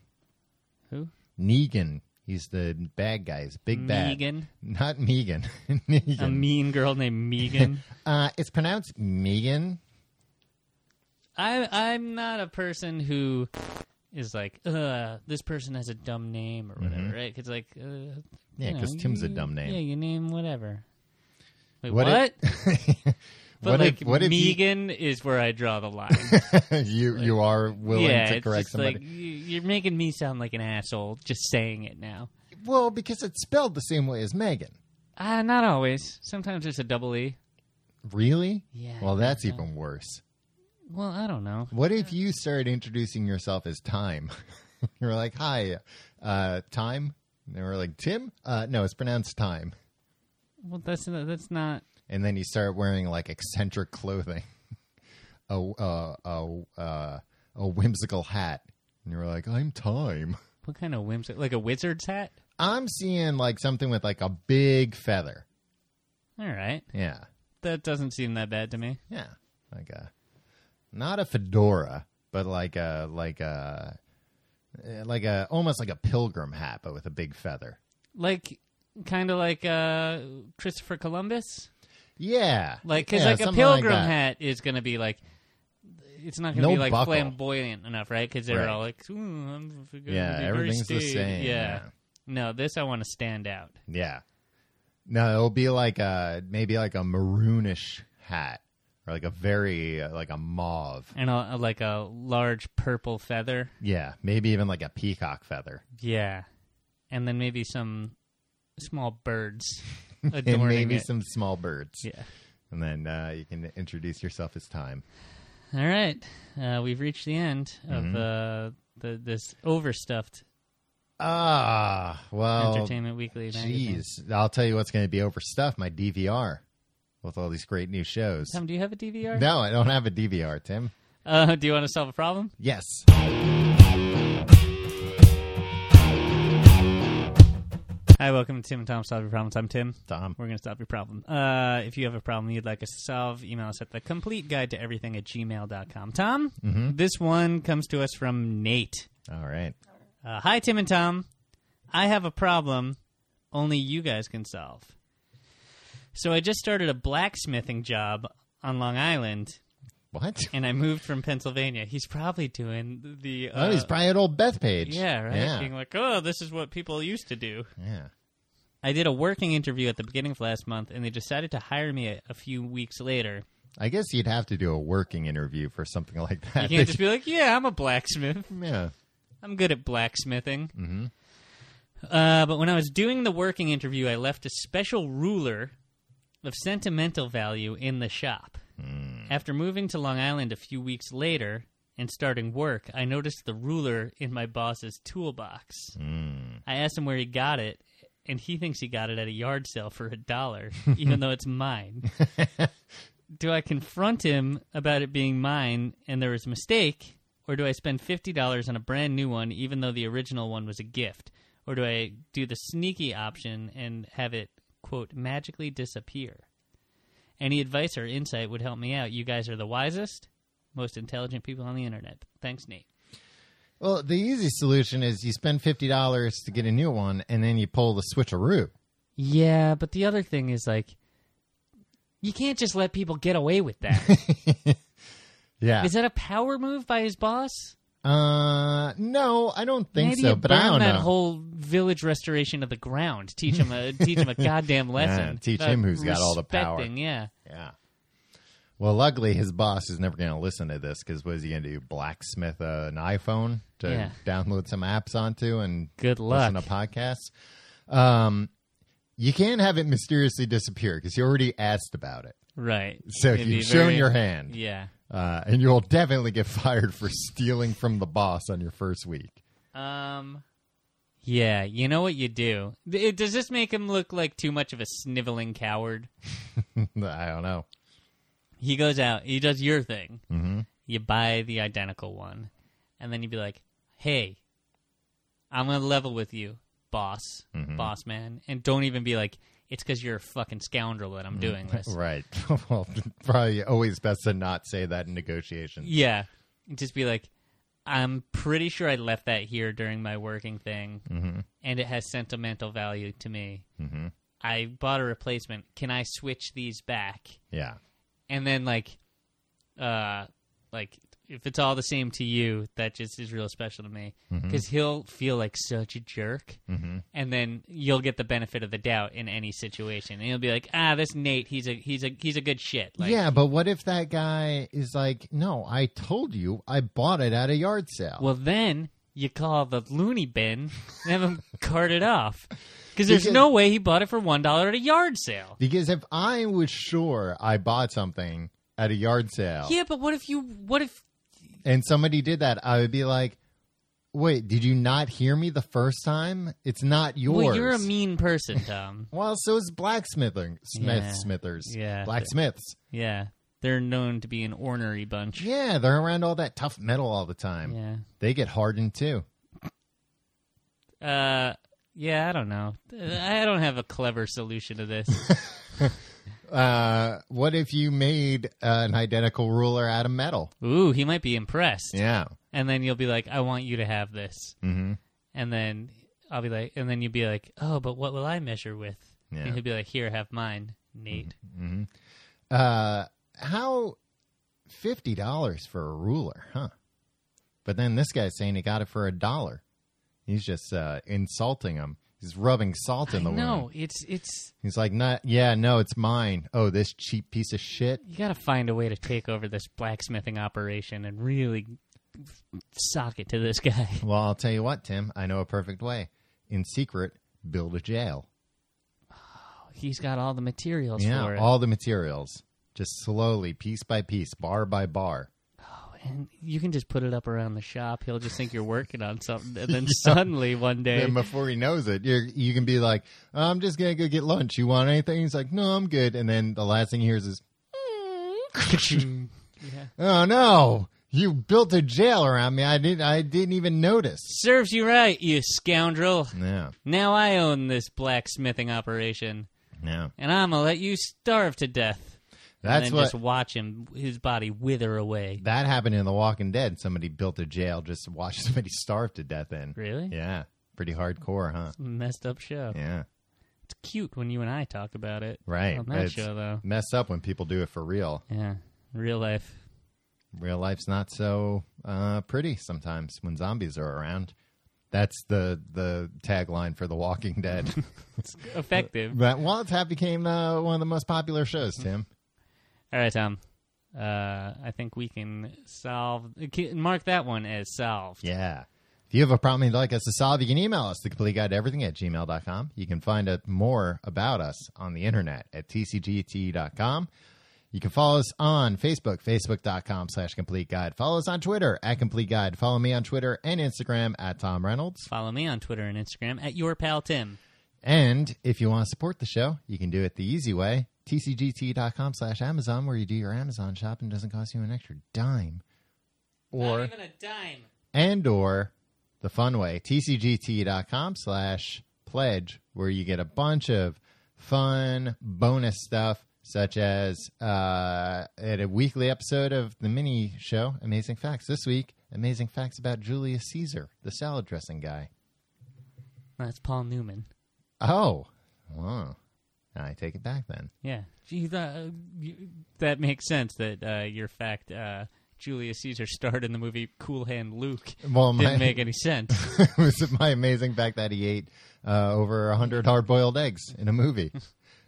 S2: Who?
S1: Negan. He's the bad guy. He's big bad.
S2: Megan.
S1: Not Megan.
S2: A
S1: Negan.
S2: mean girl named Megan.
S1: uh, it's pronounced Megan.
S2: I I'm not a person who is like, uh, this person has a dumb name or whatever, right? It's like, uh, you
S1: Mm-hmm. Yeah,
S2: know,
S1: 'cause Tim's a
S2: you-
S1: dumb
S2: Yeah,
S1: name.
S2: you name whatever. Wait, what?
S1: What if-
S2: but
S1: what
S2: like,
S1: if, what if you,
S2: Megan is where I draw the line.
S1: you you are willing
S2: yeah,
S1: to
S2: it's
S1: correct
S2: just
S1: somebody?
S2: like you- you're making me sound like an asshole just saying it now.
S1: well, because it's spelled the same way as Megan.
S2: Uh, not always. Sometimes it's a double e.
S1: Really?
S2: Yeah,
S1: Well,
S2: I
S1: that's
S2: think so.
S1: even worse.
S2: Well, I don't know.
S1: What if you started introducing yourself as Time? you were like, "Hi, uh, Time," and they were like, "Tim?" Uh, no, it's pronounced Time.
S2: Well, that's that's not.
S1: And then you start wearing like eccentric clothing, a uh, a uh, a whimsical hat, and you're like, "I'm Time."
S2: What kind of whimsy? Like a wizard's hat?
S1: I'm seeing like something with like a big feather.
S2: All right,
S1: Yeah,
S2: that doesn't seem that bad to me.
S1: yeah, like a not a fedora, but like a like a eh, like a almost like a pilgrim hat, but with a big feather.
S2: like kind of like uh Christopher Columbus
S1: Yeah,
S2: like cuz
S1: yeah,
S2: like a
S1: something like
S2: pilgrim
S1: that.
S2: hat is going to be like it's not going to
S1: No
S2: be like
S1: buckle.
S2: flamboyant enough right cuz they're
S1: Right.
S2: all like Ooh, I'm f- gonna
S1: Yeah,
S2: be very
S1: everything's the
S2: staid."
S1: same,
S2: yeah.
S1: yeah.
S2: no this I want to stand out
S1: Yeah. No, it'll be like a maybe like a maroonish hat or like a very uh, like a mauve.
S2: and a, like a large purple feather
S1: Yeah, maybe even like a peacock feather.
S2: yeah and then maybe some small birds adorning
S1: And maybe
S2: it.
S1: some small birds.
S2: yeah
S1: And then uh, you can introduce yourself as time.
S2: All right, uh, we've reached the end
S1: Mm-hmm.
S2: of uh, the this overstuffed
S1: Ah, well,
S2: Entertainment Weekly. magazine.
S1: jeez. I'll tell you what's going to be overstuffed, my DVR with all these great new shows.
S2: Tom, do you have a DVR?
S1: No, I don't have a DVR, Tim.
S2: Uh, do you want to solve a problem?
S1: Yes.
S2: Hi, welcome to Tim and Tom Solve Your Problems. I'm Tim.
S1: Tom.
S2: We're going to solve your problem. Uh, if you have a problem you'd like us to solve, email us at the complete guide to everything at gmail.com. Tom,
S1: Mm-hmm.
S2: this one comes to us from Nate.
S1: All right.
S2: Uh, Hi, Tim and Tom. I have a problem only you guys can solve. So I just started a blacksmithing job on Long Island,
S1: What?
S2: and I moved from Pennsylvania. He's probably doing the. Uh,
S1: oh, he's probably at old Beth Page.
S2: yeah, right. Being
S1: Yeah.
S2: like, oh, this is what people used to do.
S1: yeah.
S2: I did a working interview at the beginning of last month, and they decided to hire me a, a few weeks later.
S1: I guess you'd have to do a working interview for something like
S2: You
S1: that.
S2: can't just be like, "Yeah, I'm a blacksmith.
S1: yeah.
S2: I'm good at blacksmithing." Mm-hmm. Uh, but when I was doing the working interview, I left a special ruler of sentimental value in the shop. After moving to Long Island a few weeks later and starting work, I noticed the ruler in my boss's toolbox. I asked him where he got it, and he thinks he got it at a yard sale for a dollar, even though it's mine. do I confront him about it being mine and there was a mistake, or do I spend $50 on a brand new one, even though the original one was a gift? Or do I do the sneaky option and have it, quote, magically disappear? Any advice or insight would help me out. You guys are the wisest, most intelligent people on the internet. Thanks, Nate.
S1: Well, the easy solution is you spend fifty dollars to get a new one, and then you pull the switcheroo.
S2: Yeah, but the other thing is like you can't just let people get away with that.
S1: Yeah.
S2: is that a power move by his boss?
S1: uh, no, I don't think
S2: Maybe
S1: so.
S2: you
S1: But
S2: burn
S1: I don't
S2: that
S1: know.
S2: whole village restoration of the ground. Teach him a teach him a goddamn lesson.
S1: teach
S2: about
S1: him who's got all the power.
S2: respecting, Yeah,
S1: yeah. Well, luckily his boss is never going to listen to this because what is he going to do? Blacksmith uh, an iPhone to
S2: Yeah.
S1: download some apps onto and
S2: good luck.
S1: listen to podcasts. Um, you can't have it mysteriously disappear because you already asked about it.
S2: Right.
S1: So
S2: It'd be
S1: you've shown
S2: very-
S1: your hand.
S2: Yeah.
S1: uh, and you'll definitely get fired for stealing from the boss on your first week.
S2: Um. Yeah, you know what you do. Th- Does this make him look like too much of a sniveling coward?
S1: I don't know.
S2: he goes out, he does your thing. Mm-hmm. You buy the identical one, and then you'd be like, hey, I'm gonna level with you, boss,
S1: Mm-hmm.
S2: boss man, and don't even be like, it's because you're a fucking scoundrel that I'm doing this.
S1: Mm-hmm. Right. well, probably always best to not say that in negotiations.
S2: Yeah, just be like, I'm pretty sure I left that here during my working thing, and it has sentimental value to me.
S1: Mm-hmm.
S2: I bought a replacement. Can I switch these back?
S1: Yeah.
S2: and then like uh like if it's all the same to you that just is real special to me
S1: Mm-hmm.
S2: because he'll feel like such a jerk
S1: Mhm.
S2: and then you'll get the benefit of the doubt in any situation and he'll be like ah this nate he's a he's a he's a good shit like
S1: yeah, but what if that guy is like, no, I told you I bought it at a yard sale?
S2: well then you call the loony bin and have him cart it off because
S1: You
S2: there's
S1: can-
S2: no way he bought it for one dollar at a yard sale
S1: because if I was sure I bought something at a yard sale
S2: yeah but what if you what if
S1: and somebody did that, I would be like, wait, did you not hear me the first time? It's not yours.
S2: well you're a mean person tom
S1: Well, so is blacksmithing, smith,
S2: Yeah.
S1: smithers,
S2: Yeah.
S1: blacksmiths.
S2: yeah they're known to be an ornery bunch
S1: Yeah, they're around all that tough metal all the time.
S2: yeah.
S1: They get hardened too.
S2: Uh, yeah, I don't know. I don't have a clever solution to this.
S1: Uh, what if you made an identical ruler out of metal?
S2: Ooh, he might be impressed.
S1: Yeah.
S2: And then you'll be like, I want you to have this.
S1: Mm-hmm.
S2: And then I'll be like, and then you'll be like, oh, but what will I measure with?
S1: Yeah. Mm-hmm.
S2: And he'll be like, here, have mine, Nate.
S1: Uh, how fifty dollars for a ruler, huh? But then this guy's saying he got it for a dollar. He's just uh, insulting him. He's rubbing salt in the
S2: I know.
S1: wound.
S2: It's, it's,
S1: He's like, "Not, yeah, no, it's mine. Oh, this cheap piece of shit."
S2: you got to find a way to take over this blacksmithing operation and really sock it to this guy.
S1: Well, I'll tell you what, Tim. I know a perfect way. In secret, build a jail.
S2: He's got all the materials for
S1: Yeah,
S2: it.
S1: all the materials, just slowly, piece by piece, bar by bar.
S2: and you can just put it up around the shop. He'll just think you're working on something. And then suddenly one day.
S1: And before he knows it, you're, you can be like, "I'm just gonna go get lunch. You want anything?" He's like, "No, I'm good." And then the last thing he hears is,
S2: Mm.
S1: "Oh no, you built a jail around me. I didn't. I didn't even notice."
S2: Serves you right, you scoundrel.
S1: Yeah,
S2: Now I own this blacksmithing operation,
S1: yeah.
S2: and I'm gonna let you starve to death. and
S1: That's
S2: then
S1: what
S2: just watch him his body wither away.
S1: that happened in The Walking Dead. Somebody built a jail just to watch somebody starve to death in.
S2: Really?
S1: Yeah, pretty hardcore, huh?
S2: Messed up show.
S1: Yeah,
S2: It's cute when you and I talk about it.
S1: right.
S2: On that
S1: It's
S2: show though.
S1: messed up when people do it for real.
S2: Yeah. Real life.
S1: real life's not so uh, pretty sometimes when zombies are around. That's the the tagline for The Walking Dead.
S2: It's effective.
S1: but well, it's half became uh, one of the most popular shows. Tim,
S2: All right, Tom. Uh, I think we can solve. can- Mark that one as solved.
S1: yeah. If you have a problem you'd like us to solve, you can email us, the complete guide to everything at gmail.com. You can find out more about us on the internet at tcgt.com. You can follow us on Facebook, facebook.com slash complete guide. Follow us on Twitter at complete guide. Follow me on Twitter and Instagram at Tom Reynolds.
S2: Follow me on Twitter and Instagram at your pal Tim.
S1: And if you want to support the show, you can do it the easy way. TCGT.com slash Amazon, where you do your Amazon shopping doesn't cost you an extra dime.
S2: Not
S1: Or
S2: even a dime.
S1: and or the fun way, TCGT.com slash pledge, where you get a bunch of fun bonus stuff, such as uh, at a weekly episode of the mini show, Amazing Facts. This week, Amazing Facts about Julius Caesar, the salad dressing guy.
S2: That's Paul Newman.
S1: Oh. Wow. I take it back then.
S2: Yeah, Gee, that, uh, you- that makes sense. That uh, your fact uh, Julius Caesar starred in the movie Cool Hand Luke
S1: Well, Oh, my,
S2: didn't make any sense.
S1: it was my amazing fact that he ate uh, over 100 hard-boiled eggs in a movie.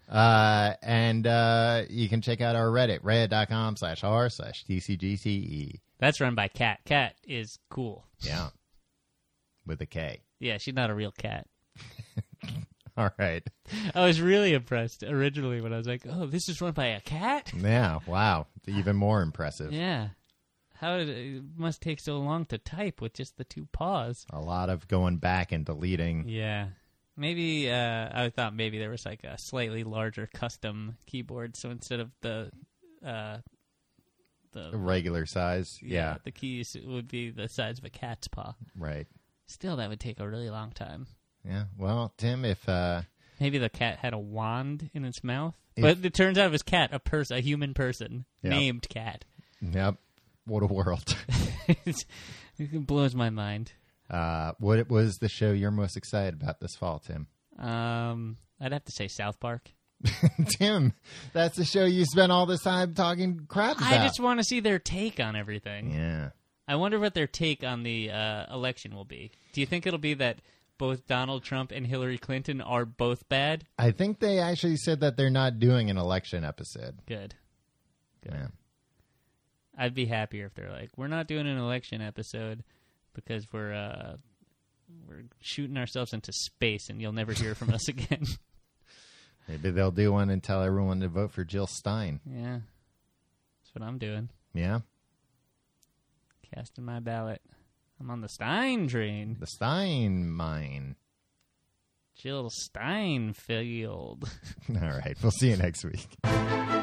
S1: Uh, and uh, you can check out our Reddit, reddit.com slash r slash tcgce.
S2: That's run by Cat. Cat is cool.
S1: E. Yeah. With a K.
S2: Yeah, she's not a real cat.
S1: All right.
S2: I was really impressed originally when I was like, "Oh, this is run by a cat."
S1: Yeah. Wow. Even more impressive.
S2: Yeah, how did it must take so long to type with just the two paws?
S1: A lot of going back and deleting.
S2: Yeah. Maybe uh, I thought maybe there was like a slightly larger custom keyboard, so instead of the uh, the
S1: regular size. Yeah,
S2: the keys would be the size of a cat's paw.
S1: right.
S2: Still, that would take a really long time.
S1: Yeah. Well, Tim, if uh,
S2: Maybe the cat had a wand in its mouth,
S1: If-
S2: but it turns out it was cat, a person, a human person
S1: Yeah.
S2: named Cat.
S1: yep, what a world.
S2: it blows my mind.
S1: uh, what was the show you're most excited about this fall, Tim?
S2: Um, I'd have to say South Park.
S1: Tim, that's the show you spent all this time talking crap about.
S2: I just want to see their take on everything.
S1: yeah.
S2: I wonder what their take on the uh, election will be. Do you think it'll be that both Donald Trump and Hillary Clinton are both bad?
S1: I think they actually said that they're not doing an election episode.
S2: Good.
S1: Yeah.
S2: I'd be happier if they're like, we're not doing an election episode because we're uh, we're shooting ourselves into space, and you'll never hear from us again.
S1: Maybe they'll do one and tell everyone to vote for Jill Stein.
S2: yeah, that's what I'm doing.
S1: Yeah.
S2: Casting my ballot. I'm on the Stein train.
S1: The Stein mine.
S2: Jill Steinfeld.
S1: All right. We'll see you next week.